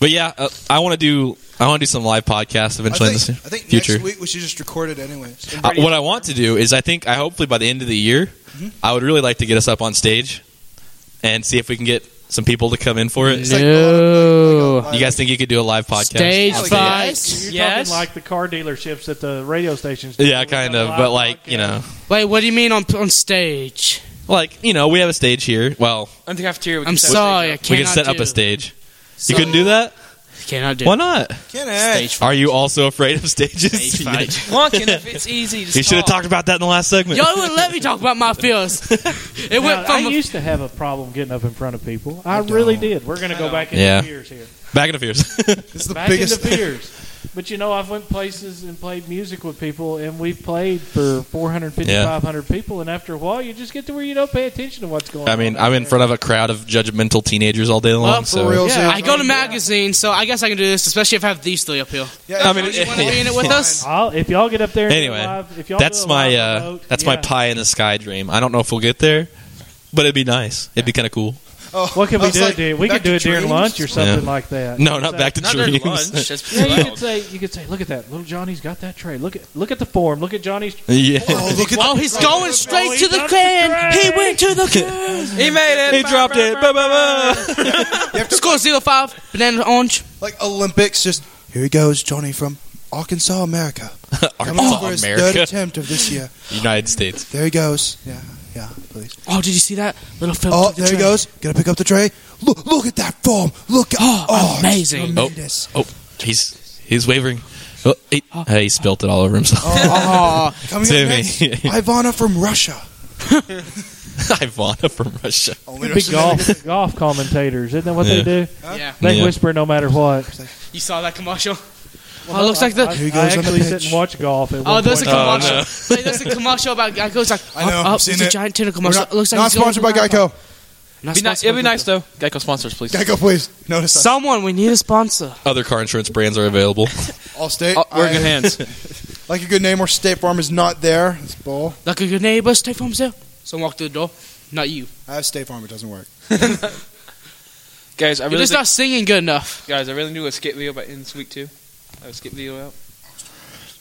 Speaker 3: But yeah, uh, I want to do I want to do some live podcasts
Speaker 1: I
Speaker 3: eventually
Speaker 1: think,
Speaker 3: in
Speaker 1: I
Speaker 3: the
Speaker 1: think
Speaker 3: future.
Speaker 1: next week we should just record it anyway.
Speaker 3: Uh, what I want to do is I think I hopefully by the end of the year
Speaker 1: Mm-hmm.
Speaker 3: I would really like to get us up on stage and see if we can get some people to come in for it.
Speaker 1: like-
Speaker 6: No.
Speaker 3: You guys think you could do a live podcast?
Speaker 6: Stage
Speaker 1: Podcast.
Speaker 6: fight.
Speaker 2: You're
Speaker 5: Yes.
Speaker 2: talking like the car dealerships at the radio stations. uh, do.
Speaker 3: Yeah,
Speaker 2: We
Speaker 3: kind
Speaker 2: got a
Speaker 3: of,
Speaker 2: live
Speaker 3: but like you
Speaker 2: podcast.
Speaker 3: know,
Speaker 4: Wait, what do you mean on on stage?
Speaker 3: Like, you know, we have a stage here. Well,
Speaker 5: In the cafeteria. we
Speaker 4: I'm
Speaker 5: can set
Speaker 4: sorry, I
Speaker 5: stage
Speaker 4: cannot
Speaker 3: we can set up
Speaker 4: do.
Speaker 3: a stage. You couldn't do that?
Speaker 4: Cannot do.
Speaker 3: Why not?
Speaker 1: Can't
Speaker 6: Stage
Speaker 3: Are you also afraid of stages?
Speaker 6: Stage fright.
Speaker 5: up. Lunkin, if it's easy, just
Speaker 3: you should have
Speaker 5: talk.
Speaker 3: talked about that in the last segment.
Speaker 4: Y'all wouldn't let me talk about my feels. It
Speaker 2: Now,
Speaker 4: went
Speaker 2: I
Speaker 4: from a,
Speaker 2: used to have a problem getting up in front of people. I, really did. We're going to go back into
Speaker 3: Yeah.
Speaker 2: beers here.
Speaker 3: Back in the fears.
Speaker 1: It's the
Speaker 2: back
Speaker 1: biggest
Speaker 2: into beers. But you know, I've went places and played music with people, and we played for 450,
Speaker 3: Yeah.
Speaker 2: 500 people, and after a while, you just get to where you don't pay attention to what's going on.
Speaker 3: I mean, I'm in front of a crowd of judgmental teenagers all day long.
Speaker 4: for
Speaker 3: so
Speaker 1: real.
Speaker 2: Yeah,
Speaker 4: I go to magazine, so I guess I can do this, especially if I have these three up here.
Speaker 1: Yeah,
Speaker 3: I mean,
Speaker 1: it's
Speaker 4: You want to
Speaker 3: Yeah.
Speaker 4: be in it with us?
Speaker 2: I'll, if y'all get up there, and do
Speaker 3: Anyway,
Speaker 2: a live, if y'all
Speaker 3: that's
Speaker 2: do a live
Speaker 3: my uh,
Speaker 2: remote,
Speaker 3: that's my
Speaker 2: yeah.
Speaker 3: pie in the sky dream. I don't know if we'll get there, but it'd be nice. It'd be kind of cool.
Speaker 1: Oh,
Speaker 2: What can
Speaker 1: I
Speaker 2: we
Speaker 1: was
Speaker 2: do?
Speaker 1: like,
Speaker 2: dude? We
Speaker 1: back
Speaker 2: could do
Speaker 1: to
Speaker 2: it during
Speaker 1: dreams?
Speaker 2: lunch or something like that.
Speaker 3: No,
Speaker 2: You
Speaker 3: not
Speaker 2: could
Speaker 3: back to
Speaker 2: say-
Speaker 5: Not during
Speaker 3: dreams.
Speaker 5: lunch. That's pretty
Speaker 2: Yeah, you
Speaker 5: loud.
Speaker 2: could say you could say, look at that little Johnny's got that tray. Look at look at the form. Look at Johnny's.
Speaker 3: yeah,
Speaker 1: Oh, look at
Speaker 4: Oh, he's going straight to the can. He went to the can.
Speaker 5: He made it.
Speaker 3: he dropped it. Bah, bah, bah.
Speaker 4: Score zero five. Banana orange.
Speaker 1: like Olympics. Just here he goes, Johnny from Arkansas, America. Coming
Speaker 3: Arkansas,
Speaker 1: for his third
Speaker 3: America,
Speaker 1: attempt of this year.
Speaker 3: United States.
Speaker 1: There he goes. Yeah, yeah, please.
Speaker 4: Oh, did you see that little film?
Speaker 1: Oh,
Speaker 4: took the
Speaker 1: there he
Speaker 4: train.
Speaker 1: goes. Gonna pick up the tray. Look, look at that form. Look, oh,
Speaker 4: amazing.
Speaker 3: Oh,
Speaker 1: Tremendous.
Speaker 3: oh, he's he's wavering. Oh, he, hey, he spilt it all over himself.
Speaker 4: Oh,
Speaker 1: Coming up next,
Speaker 3: Timmy.
Speaker 1: Ivana from Russia.
Speaker 3: Ivana from Russia.
Speaker 1: Only
Speaker 2: Big golf golf commentators, isn't that what
Speaker 3: Yeah.
Speaker 2: they do?
Speaker 4: yeah.
Speaker 2: They
Speaker 3: Yeah.
Speaker 2: whisper no matter what.
Speaker 4: You saw that commercial? oh, it looks like
Speaker 2: I,
Speaker 4: the.
Speaker 1: Here he
Speaker 2: I
Speaker 1: goes on the
Speaker 2: actually sit
Speaker 1: pitch.
Speaker 2: and watch golf. At
Speaker 4: Oh,
Speaker 2: one
Speaker 4: there's a
Speaker 2: point.
Speaker 3: Oh,
Speaker 4: commercial. Wait, there's a commercial about Geico's like.
Speaker 1: I know,
Speaker 4: Up,
Speaker 1: I've
Speaker 4: up,
Speaker 1: seen
Speaker 4: it's
Speaker 1: it.
Speaker 4: a giant tuna
Speaker 1: We're
Speaker 4: commercial.
Speaker 1: not,
Speaker 4: it looks like
Speaker 1: not
Speaker 4: he's going
Speaker 1: sponsored by
Speaker 4: to Geico.
Speaker 1: Geico.
Speaker 4: Not
Speaker 5: Be nice.
Speaker 4: sponsored
Speaker 5: It'd be
Speaker 4: by
Speaker 5: nice though. Geico sponsors, please.
Speaker 1: Geico, please. Notice us.
Speaker 4: Someone, we need a sponsor.
Speaker 3: Other car insurance brands are available.
Speaker 1: Allstate.
Speaker 5: Oh, we're
Speaker 1: I-
Speaker 5: in good hands.
Speaker 1: Like a good name, or State Farm is not there. It's bull.
Speaker 4: Like a good neighbor, stay from himself. Someone walked through the door. Not you.
Speaker 1: I have State Farm. It doesn't work.
Speaker 5: guys, I
Speaker 4: You're
Speaker 5: really
Speaker 4: just
Speaker 5: think,
Speaker 4: not singing good enough.
Speaker 5: guys, I really do a skit video about in this week too. I have a skit video out.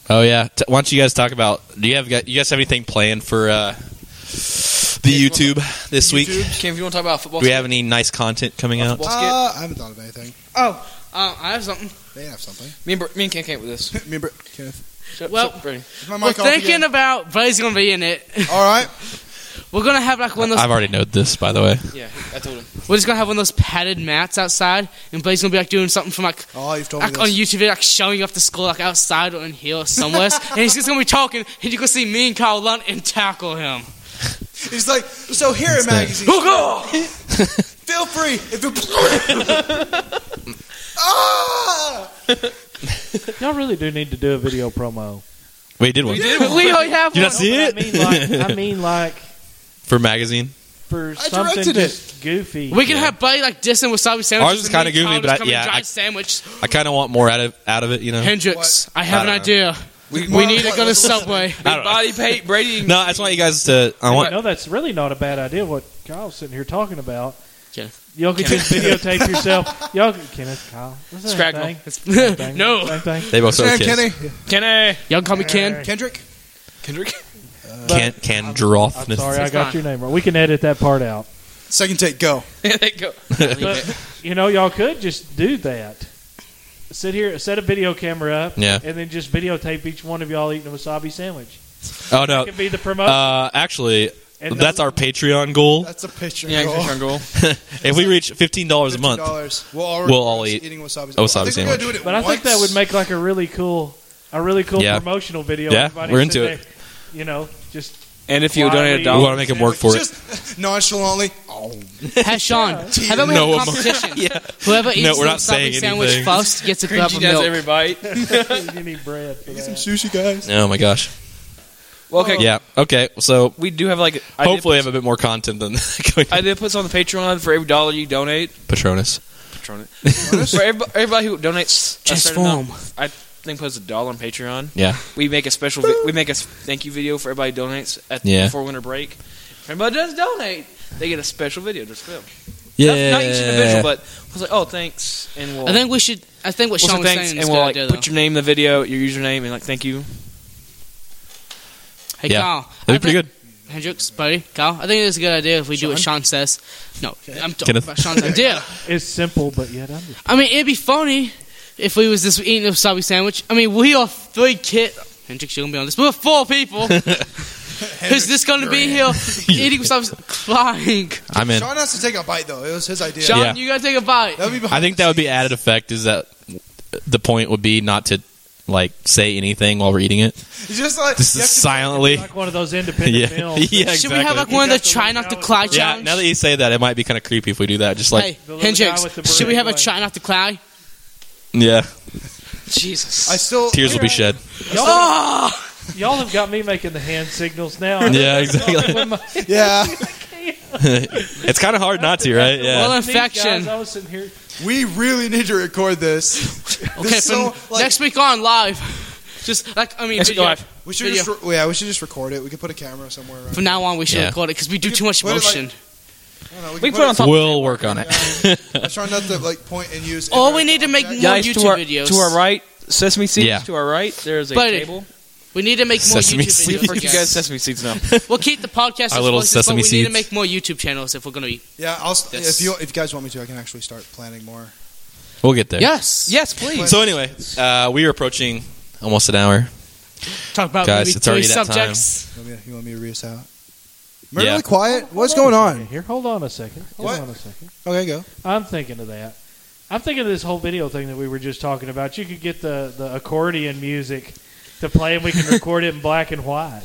Speaker 3: Oh yeah. T- why don't you guys talk about? Do you have got- you guys have anything planned for uh, the YouTube this week? Do
Speaker 5: Kim, if you want to talk about football,
Speaker 3: we have any nice content coming out?
Speaker 5: Well, skip.
Speaker 1: Uh, I haven't thought of anything.
Speaker 4: Uh, I have something.
Speaker 1: They have something.
Speaker 5: me and, Br- me and Kim came up with this.
Speaker 1: Me and Br- Kenneth.
Speaker 5: Shut,
Speaker 4: Well-
Speaker 5: shut, Brady.
Speaker 1: Is my
Speaker 4: We're
Speaker 1: mic off
Speaker 4: thinking
Speaker 1: again?
Speaker 4: about Brady's gonna be in it.
Speaker 1: All right.
Speaker 4: We're gonna have like one of those.
Speaker 3: I've already known this, by the way.
Speaker 5: yeah, I told him.
Speaker 4: We're just gonna have one of those padded mats outside, and Blaze gonna be like doing something from like,
Speaker 1: Oh, you've told me
Speaker 4: like on
Speaker 1: this.
Speaker 4: YouTube, like showing off the school like outside or in here or somewhere, and he's just gonna be talking, and you can see me and Kyle Lunt and tackle him.
Speaker 1: He's like, so here in magazine,
Speaker 4: Hookah!
Speaker 1: feel free if you. ah!
Speaker 2: Y'all really do need to do a video promo.
Speaker 3: We did one
Speaker 4: we already have
Speaker 3: You
Speaker 4: one.
Speaker 3: not see
Speaker 2: I
Speaker 3: it
Speaker 2: mean, like, I mean, like
Speaker 3: for magazine.
Speaker 2: for
Speaker 1: I
Speaker 2: something
Speaker 1: directed it.
Speaker 2: just goofy.
Speaker 4: We can have Buddy like dissing wasabi sandwiches.
Speaker 3: Ours is
Speaker 4: and me
Speaker 3: kinda
Speaker 4: and
Speaker 3: goofy,
Speaker 4: Kyle
Speaker 3: but
Speaker 4: just
Speaker 3: I-
Speaker 4: come and
Speaker 3: yeah,
Speaker 4: dry
Speaker 3: I-
Speaker 4: sandwich.
Speaker 3: I kind of want more out of out of it, you know.
Speaker 4: Hendrix, I
Speaker 3: I
Speaker 4: have an
Speaker 3: don't know.
Speaker 4: idea. We,
Speaker 1: What-
Speaker 4: need to
Speaker 1: what-
Speaker 4: go to
Speaker 1: what's listening?
Speaker 4: Subway.
Speaker 3: I don't know.
Speaker 5: Body paint, Brady.
Speaker 3: No, I just want you guys to. I
Speaker 2: I
Speaker 3: want.
Speaker 2: know that's really not a bad idea. What Kyle's sitting here talking about.
Speaker 4: Kenneth.
Speaker 2: Y'all can just videotape yourself. Y'all, can, Kenneth, Kyle, what's that
Speaker 5: Scraggle.
Speaker 2: thing? Thing?
Speaker 4: no,
Speaker 2: Same thing.
Speaker 3: They both
Speaker 1: Sam
Speaker 3: start kids.
Speaker 1: Kenny,
Speaker 5: Kenny.
Speaker 4: y'all can call me Ken.
Speaker 1: Kendrick.
Speaker 5: Kendrick.
Speaker 3: Can can
Speaker 2: I'm sorry,
Speaker 3: Droth.
Speaker 2: I got
Speaker 4: fine.
Speaker 2: your name wrong. We can edit that part out.
Speaker 1: Second take, go.
Speaker 5: there you go.
Speaker 2: But you know, y'all could just do that. Sit here, set a video camera up,
Speaker 3: Yeah.
Speaker 2: and then just videotape each one of y'all eating a wasabi sandwich.
Speaker 3: Oh no.
Speaker 2: It could be the promote.
Speaker 3: Uh, actually,
Speaker 2: and
Speaker 3: that's our Patreon goal.
Speaker 1: That's a picture.
Speaker 5: Yeah,
Speaker 1: goal.
Speaker 5: Christian Goal.
Speaker 3: If we reach fifteen dollars a month,
Speaker 1: $15. We'll all,
Speaker 3: We'll all eat
Speaker 1: eating wasabi.
Speaker 3: a wasabi
Speaker 1: I think we're gonna
Speaker 3: sandwich.
Speaker 1: do it at
Speaker 2: But I think that
Speaker 1: once.
Speaker 2: would make like a really cool, a really cool
Speaker 3: Yeah.
Speaker 2: promotional video.
Speaker 3: Yeah,
Speaker 2: Everybody
Speaker 3: we're
Speaker 2: sit
Speaker 3: into it.
Speaker 2: there, You know, just
Speaker 5: And if you
Speaker 2: Why
Speaker 5: donate
Speaker 2: we-
Speaker 5: a
Speaker 3: we
Speaker 5: dollar,
Speaker 3: want to make him work for it.
Speaker 1: just nonchalantly. Oh,
Speaker 4: Hey Sean, how about we
Speaker 3: No
Speaker 4: have a
Speaker 3: emo-
Speaker 4: competition? Whoever eats
Speaker 3: we're
Speaker 4: the
Speaker 3: not saying
Speaker 4: wasabi sandwich
Speaker 3: anything.
Speaker 4: first gets a cup
Speaker 5: She
Speaker 4: of
Speaker 5: does
Speaker 4: milk.
Speaker 5: every bite.
Speaker 2: you need bread. For
Speaker 1: get some
Speaker 2: that.
Speaker 1: sushi, guys.
Speaker 3: Oh my gosh.
Speaker 5: Well, okay.
Speaker 3: Yeah. Okay. So
Speaker 5: We do have like. I did
Speaker 3: hopefully, I have a bit more content than going
Speaker 5: I did put this on the Patreon for every dollar you donate.
Speaker 3: Patronus.
Speaker 5: Patron for everybody, everybody who donates a certain amount, I think puts a dollar on Patreon.
Speaker 3: Yeah.
Speaker 5: We make a special. Vi- we make a s- thank you video for everybody who donates at
Speaker 3: Yeah.
Speaker 5: before winter break. If everybody does donate, they get a special video just for them.
Speaker 3: Yeah.
Speaker 5: Not, not each individual, but I was like, oh, thanks, and we'll.
Speaker 4: I think we should. I think what
Speaker 5: we'll say
Speaker 4: Sean was
Speaker 5: thanks,
Speaker 4: saying is
Speaker 5: and
Speaker 4: a
Speaker 5: we'll
Speaker 4: good
Speaker 5: like
Speaker 4: idea, though.
Speaker 5: put your name in the video, your username, and like thank you.
Speaker 4: Hey,
Speaker 3: Yeah.
Speaker 4: Kyle.
Speaker 3: That'd be pretty good.
Speaker 4: good. Hendrix, buddy, Kyle. I think it's a good idea if we do what Sean says. No, I'm talking
Speaker 3: Kenneth.
Speaker 4: about Sean's idea.
Speaker 2: It's simple, but yet under.
Speaker 4: I mean, it'd be funny if we was just eating a wasabi sandwich. I mean, we are three kids. Hendrix, you're gonna be on this. We're four people. Who's this going to be here eating something? Crying.
Speaker 3: I'm in.
Speaker 1: Sean has to take a bite though. It was his idea.
Speaker 4: Sean,
Speaker 3: Yeah.
Speaker 4: you got to take a bite.
Speaker 1: That would be behind
Speaker 3: I think that would be added effect is that the point would be not to like say anything while we're eating it.
Speaker 1: the scenes. Just like
Speaker 3: Just
Speaker 1: you have to-
Speaker 3: silently.
Speaker 2: Like one of those independent
Speaker 3: Yeah.
Speaker 2: films.
Speaker 3: yeah, exactly.
Speaker 4: Should we have like one of the
Speaker 2: Exactly.
Speaker 4: try not to cry
Speaker 3: yeah,
Speaker 4: challenge?
Speaker 3: now that you say that, it might be kind of creepy if we do that. Just like,
Speaker 4: hey,
Speaker 2: The little guy with the
Speaker 4: handshakes. Should we
Speaker 2: beret
Speaker 4: have a
Speaker 2: going.
Speaker 4: try not to cry?
Speaker 3: yeah,
Speaker 4: Jesus.
Speaker 1: I still
Speaker 3: tears will be shed.
Speaker 4: oh!
Speaker 2: Y'all have got me making the hand signals now.
Speaker 3: Ah! Yeah, exactly.
Speaker 1: Yeah,
Speaker 3: it's kind of hard not to, right?
Speaker 4: Well,
Speaker 3: Yeah.
Speaker 2: These
Speaker 4: infection.
Speaker 2: guys, I was sitting here.
Speaker 1: we really need to record this.
Speaker 4: Okay,
Speaker 1: This so,
Speaker 4: from
Speaker 1: like,
Speaker 4: next week on live. Just like I mean,
Speaker 5: Next week
Speaker 4: video.
Speaker 5: live.
Speaker 1: we should just re- yeah, we should just record it. We could put a camera somewhere. Around.
Speaker 4: from now on we should
Speaker 3: Yeah.
Speaker 4: record it because we do
Speaker 1: could
Speaker 4: too much
Speaker 1: put it, like,
Speaker 4: motion.
Speaker 1: I don't know,
Speaker 5: We
Speaker 1: could
Speaker 5: can put it on top.
Speaker 3: We'll work on it.
Speaker 1: I'm trying not to like point and use.
Speaker 4: Or we need to make
Speaker 1: Okay.
Speaker 4: more
Speaker 5: Guys,
Speaker 4: YouTube
Speaker 5: to our,
Speaker 4: videos.
Speaker 5: to our right, sesame seeds.
Speaker 3: Yeah.
Speaker 5: To our right, there's a
Speaker 4: Buddy,
Speaker 5: table.
Speaker 4: We need to make more
Speaker 3: Sesame
Speaker 4: YouTube
Speaker 5: We
Speaker 3: seeds.
Speaker 4: videos.
Speaker 5: fork you guys sesame seeds now.
Speaker 4: We'll keep the podcast
Speaker 3: Our
Speaker 4: as
Speaker 3: little
Speaker 4: voices,
Speaker 3: sesame
Speaker 4: but we need
Speaker 3: seeds.
Speaker 4: to make more YouTube channels if we're gonna. Be.
Speaker 1: Yeah, I'll. St-
Speaker 4: Yes.
Speaker 1: If you if you guys want me to, I can actually start planning more.
Speaker 3: we'll get there.
Speaker 4: Yes.
Speaker 5: yes, please.
Speaker 3: So anyway, uh, we are approaching almost an hour.
Speaker 4: Talk about
Speaker 3: Guys,
Speaker 4: maybe
Speaker 3: it's
Speaker 4: three
Speaker 3: already that time.
Speaker 4: subjects.
Speaker 1: You want me to, you want me to read us out? Really
Speaker 3: Yeah.
Speaker 1: quiet. What's
Speaker 2: Hold
Speaker 1: going
Speaker 2: a second
Speaker 1: on?
Speaker 2: Here, hold on a second. Hold
Speaker 1: What?
Speaker 2: on a second.
Speaker 1: Okay, go.
Speaker 2: I'm thinking of that. I'm thinking of this whole video thing that we were just talking about. You could get the, the accordion music to play, and we can record it in black and white.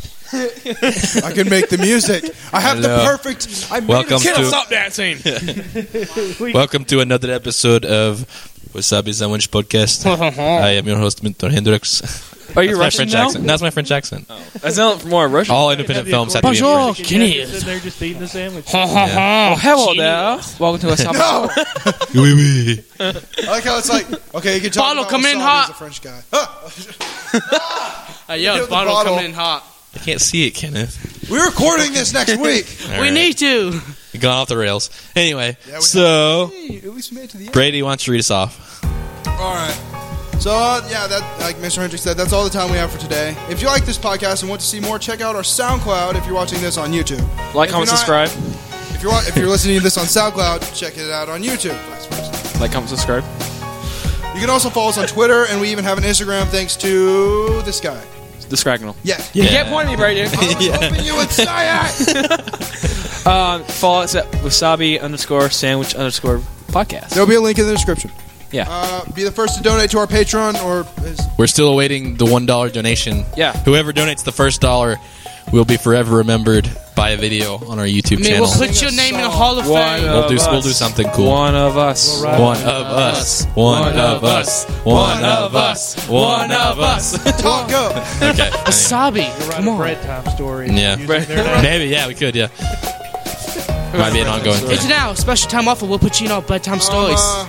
Speaker 1: I can make the music. I have the
Speaker 3: Hello.
Speaker 1: perfect. I made
Speaker 3: Welcome
Speaker 1: it.
Speaker 3: to
Speaker 5: dancing.
Speaker 2: We-
Speaker 3: welcome to another episode of Wasabi Sandwich Podcast. I am your host, Mentor Hendrix.
Speaker 5: Are you
Speaker 3: That's my
Speaker 5: Russian
Speaker 3: French
Speaker 5: now?
Speaker 3: accent. That's my French accent.
Speaker 5: That's not more Russian.
Speaker 3: All independent films have to be in
Speaker 4: Bonjour.
Speaker 3: French.
Speaker 2: Chicken
Speaker 4: Can
Speaker 2: nuggets
Speaker 4: you-
Speaker 2: sitting there just eating the sandwich.
Speaker 4: Uh-huh.
Speaker 3: Yeah.
Speaker 5: Oh, hello there. Welcome to a sub-
Speaker 1: No,
Speaker 3: Oui, oui.
Speaker 1: I like how it's like. Okay, you can talk
Speaker 4: Bottle
Speaker 1: about
Speaker 4: come in
Speaker 1: wasabi
Speaker 4: hot.
Speaker 1: as a French guy. Ah,
Speaker 4: Hey,
Speaker 1: Get
Speaker 4: Uh, yo,
Speaker 1: the
Speaker 4: bottle,
Speaker 1: bottle.
Speaker 4: coming in hot.
Speaker 3: I can't see it, Kenneth.
Speaker 1: we're recording this next week.
Speaker 3: All
Speaker 4: we
Speaker 3: right.
Speaker 4: need to.
Speaker 3: We've gone off the rails. Anyway,
Speaker 1: Yeah, we-
Speaker 3: so
Speaker 1: Hey, at least we made it to the end.
Speaker 3: Brady wants to read us off.
Speaker 1: All right. So uh, yeah, that like Mr. Hendricks said, that's all the time we have for today. If you like this podcast and want to see more, check out our SoundCloud. If you're watching this on YouTube,
Speaker 5: like,
Speaker 1: If
Speaker 5: comment,
Speaker 1: you're not-
Speaker 5: subscribe.
Speaker 1: If you're wa- if you're listening to this on SoundCloud, check it out on YouTube. Vice versa.
Speaker 5: Like, comment, subscribe.
Speaker 1: You can also follow us on Twitter, and we even have an Instagram thanks to this guy.
Speaker 5: The Scragnal.
Speaker 1: Yeah.
Speaker 5: You can't point at me, Brady.
Speaker 1: I was hoping you would say it.
Speaker 5: um, follow us at wasabi underscore sandwich underscore podcast.
Speaker 1: There'll be a link in the description.
Speaker 5: Yeah.
Speaker 1: Uh, be the first to donate to our Patreon, or is,
Speaker 3: We're still awaiting the one dollar donation.
Speaker 5: Yeah.
Speaker 3: Whoever donates the first dollar will be forever remembered by a video on our YouTube
Speaker 4: I mean,
Speaker 3: channel.
Speaker 4: we'll put your name in the Hall of
Speaker 5: One
Speaker 4: Fame.
Speaker 5: of
Speaker 3: We'll do-
Speaker 5: us.
Speaker 3: we'll do something cool.
Speaker 5: One of us.
Speaker 2: We'll ride
Speaker 3: One of us. One of us. One of us. One of us.
Speaker 1: talk go.
Speaker 3: Okay. anyway.
Speaker 4: Wasabi.
Speaker 2: Write
Speaker 4: Come
Speaker 2: a
Speaker 4: on.
Speaker 2: bread time story.
Speaker 3: Yeah.
Speaker 2: Using their name.
Speaker 3: Maybe, yeah, we could, yeah. Might be an ongoing
Speaker 4: It's
Speaker 3: thing.
Speaker 4: an hour, special time offer. We'll put you in our bedtime stories.
Speaker 1: Uh,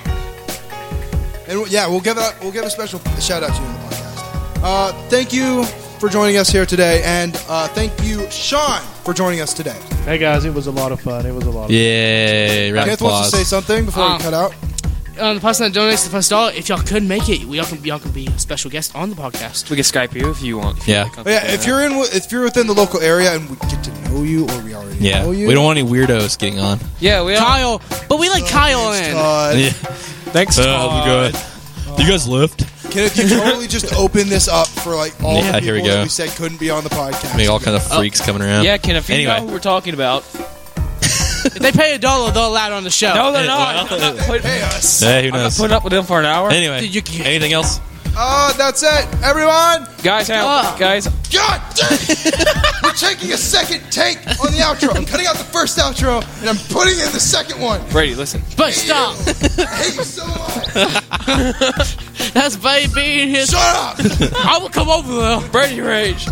Speaker 1: and we'll- yeah, we'll give a, we'll give a special shout out to you in the podcast. Uh, thank you for joining us here today, and uh, thank you, Sean, for joining us today.
Speaker 2: Hey guys, it was a lot of fun. It was a lot. Of
Speaker 3: Yay. Round of
Speaker 1: Kenneth wants
Speaker 3: applause.
Speaker 1: to say something before
Speaker 4: Um,
Speaker 1: we cut out.
Speaker 4: uh, the person that donates the first dollar, if y'all could make it, we all can, y'all can be a special guest on the podcast.
Speaker 5: We can Skype you if you want.
Speaker 3: Yeah.
Speaker 1: Oh, yeah, if you're in wi- if you're within the local area and we get to know you, or we already
Speaker 3: Yeah.
Speaker 1: know Oh, you,
Speaker 3: We don't want any weirdos getting on.
Speaker 5: Yeah, we are.
Speaker 4: Kyle, but we like Kyle in.
Speaker 1: Uh,
Speaker 3: Yeah. Oh,
Speaker 5: Thanks, Todd.
Speaker 3: You guys left?
Speaker 1: Kenneth, you totally just opened this up for like all
Speaker 3: Yeah,
Speaker 1: the
Speaker 3: here we
Speaker 1: people that
Speaker 3: go.
Speaker 1: we said couldn't be on the podcast.
Speaker 3: I mean, all kind of freaks coming around.
Speaker 5: Yeah, Ken, if you
Speaker 3: Anyway.
Speaker 5: know who we're talking about.
Speaker 4: If they pay a dollar, they're allowed on the show.
Speaker 5: No, they're not.
Speaker 3: well,
Speaker 5: I'm not put-
Speaker 1: Hey, us.
Speaker 3: Hey, who
Speaker 5: I'm not
Speaker 3: knows?
Speaker 5: putting up with them for an hour.
Speaker 3: Anyway,
Speaker 4: Dude, you can-
Speaker 3: anything else?
Speaker 1: Uh, that's it, everyone.
Speaker 5: Guys, hang on.
Speaker 4: Ah.
Speaker 5: guys,
Speaker 1: God damn! We're taking a second take on the outro. I'm cutting out the first outro and I'm putting in the second one.
Speaker 5: Brady, listen.
Speaker 4: But stop.
Speaker 1: I hate you so much.
Speaker 4: That's Buddy being here.
Speaker 1: Shut up.
Speaker 4: I will come over there.
Speaker 5: Brady rage.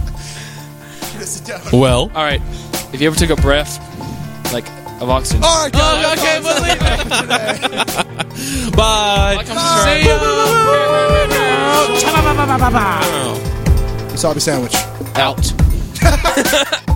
Speaker 1: Sit down.
Speaker 3: Well,
Speaker 5: All right. If you ever took a breath, like of oxygen,
Speaker 1: All right, guys.
Speaker 4: I can't believe it.
Speaker 3: bye.
Speaker 4: See ya. Oh.
Speaker 1: Wasabi sandwich.
Speaker 5: out.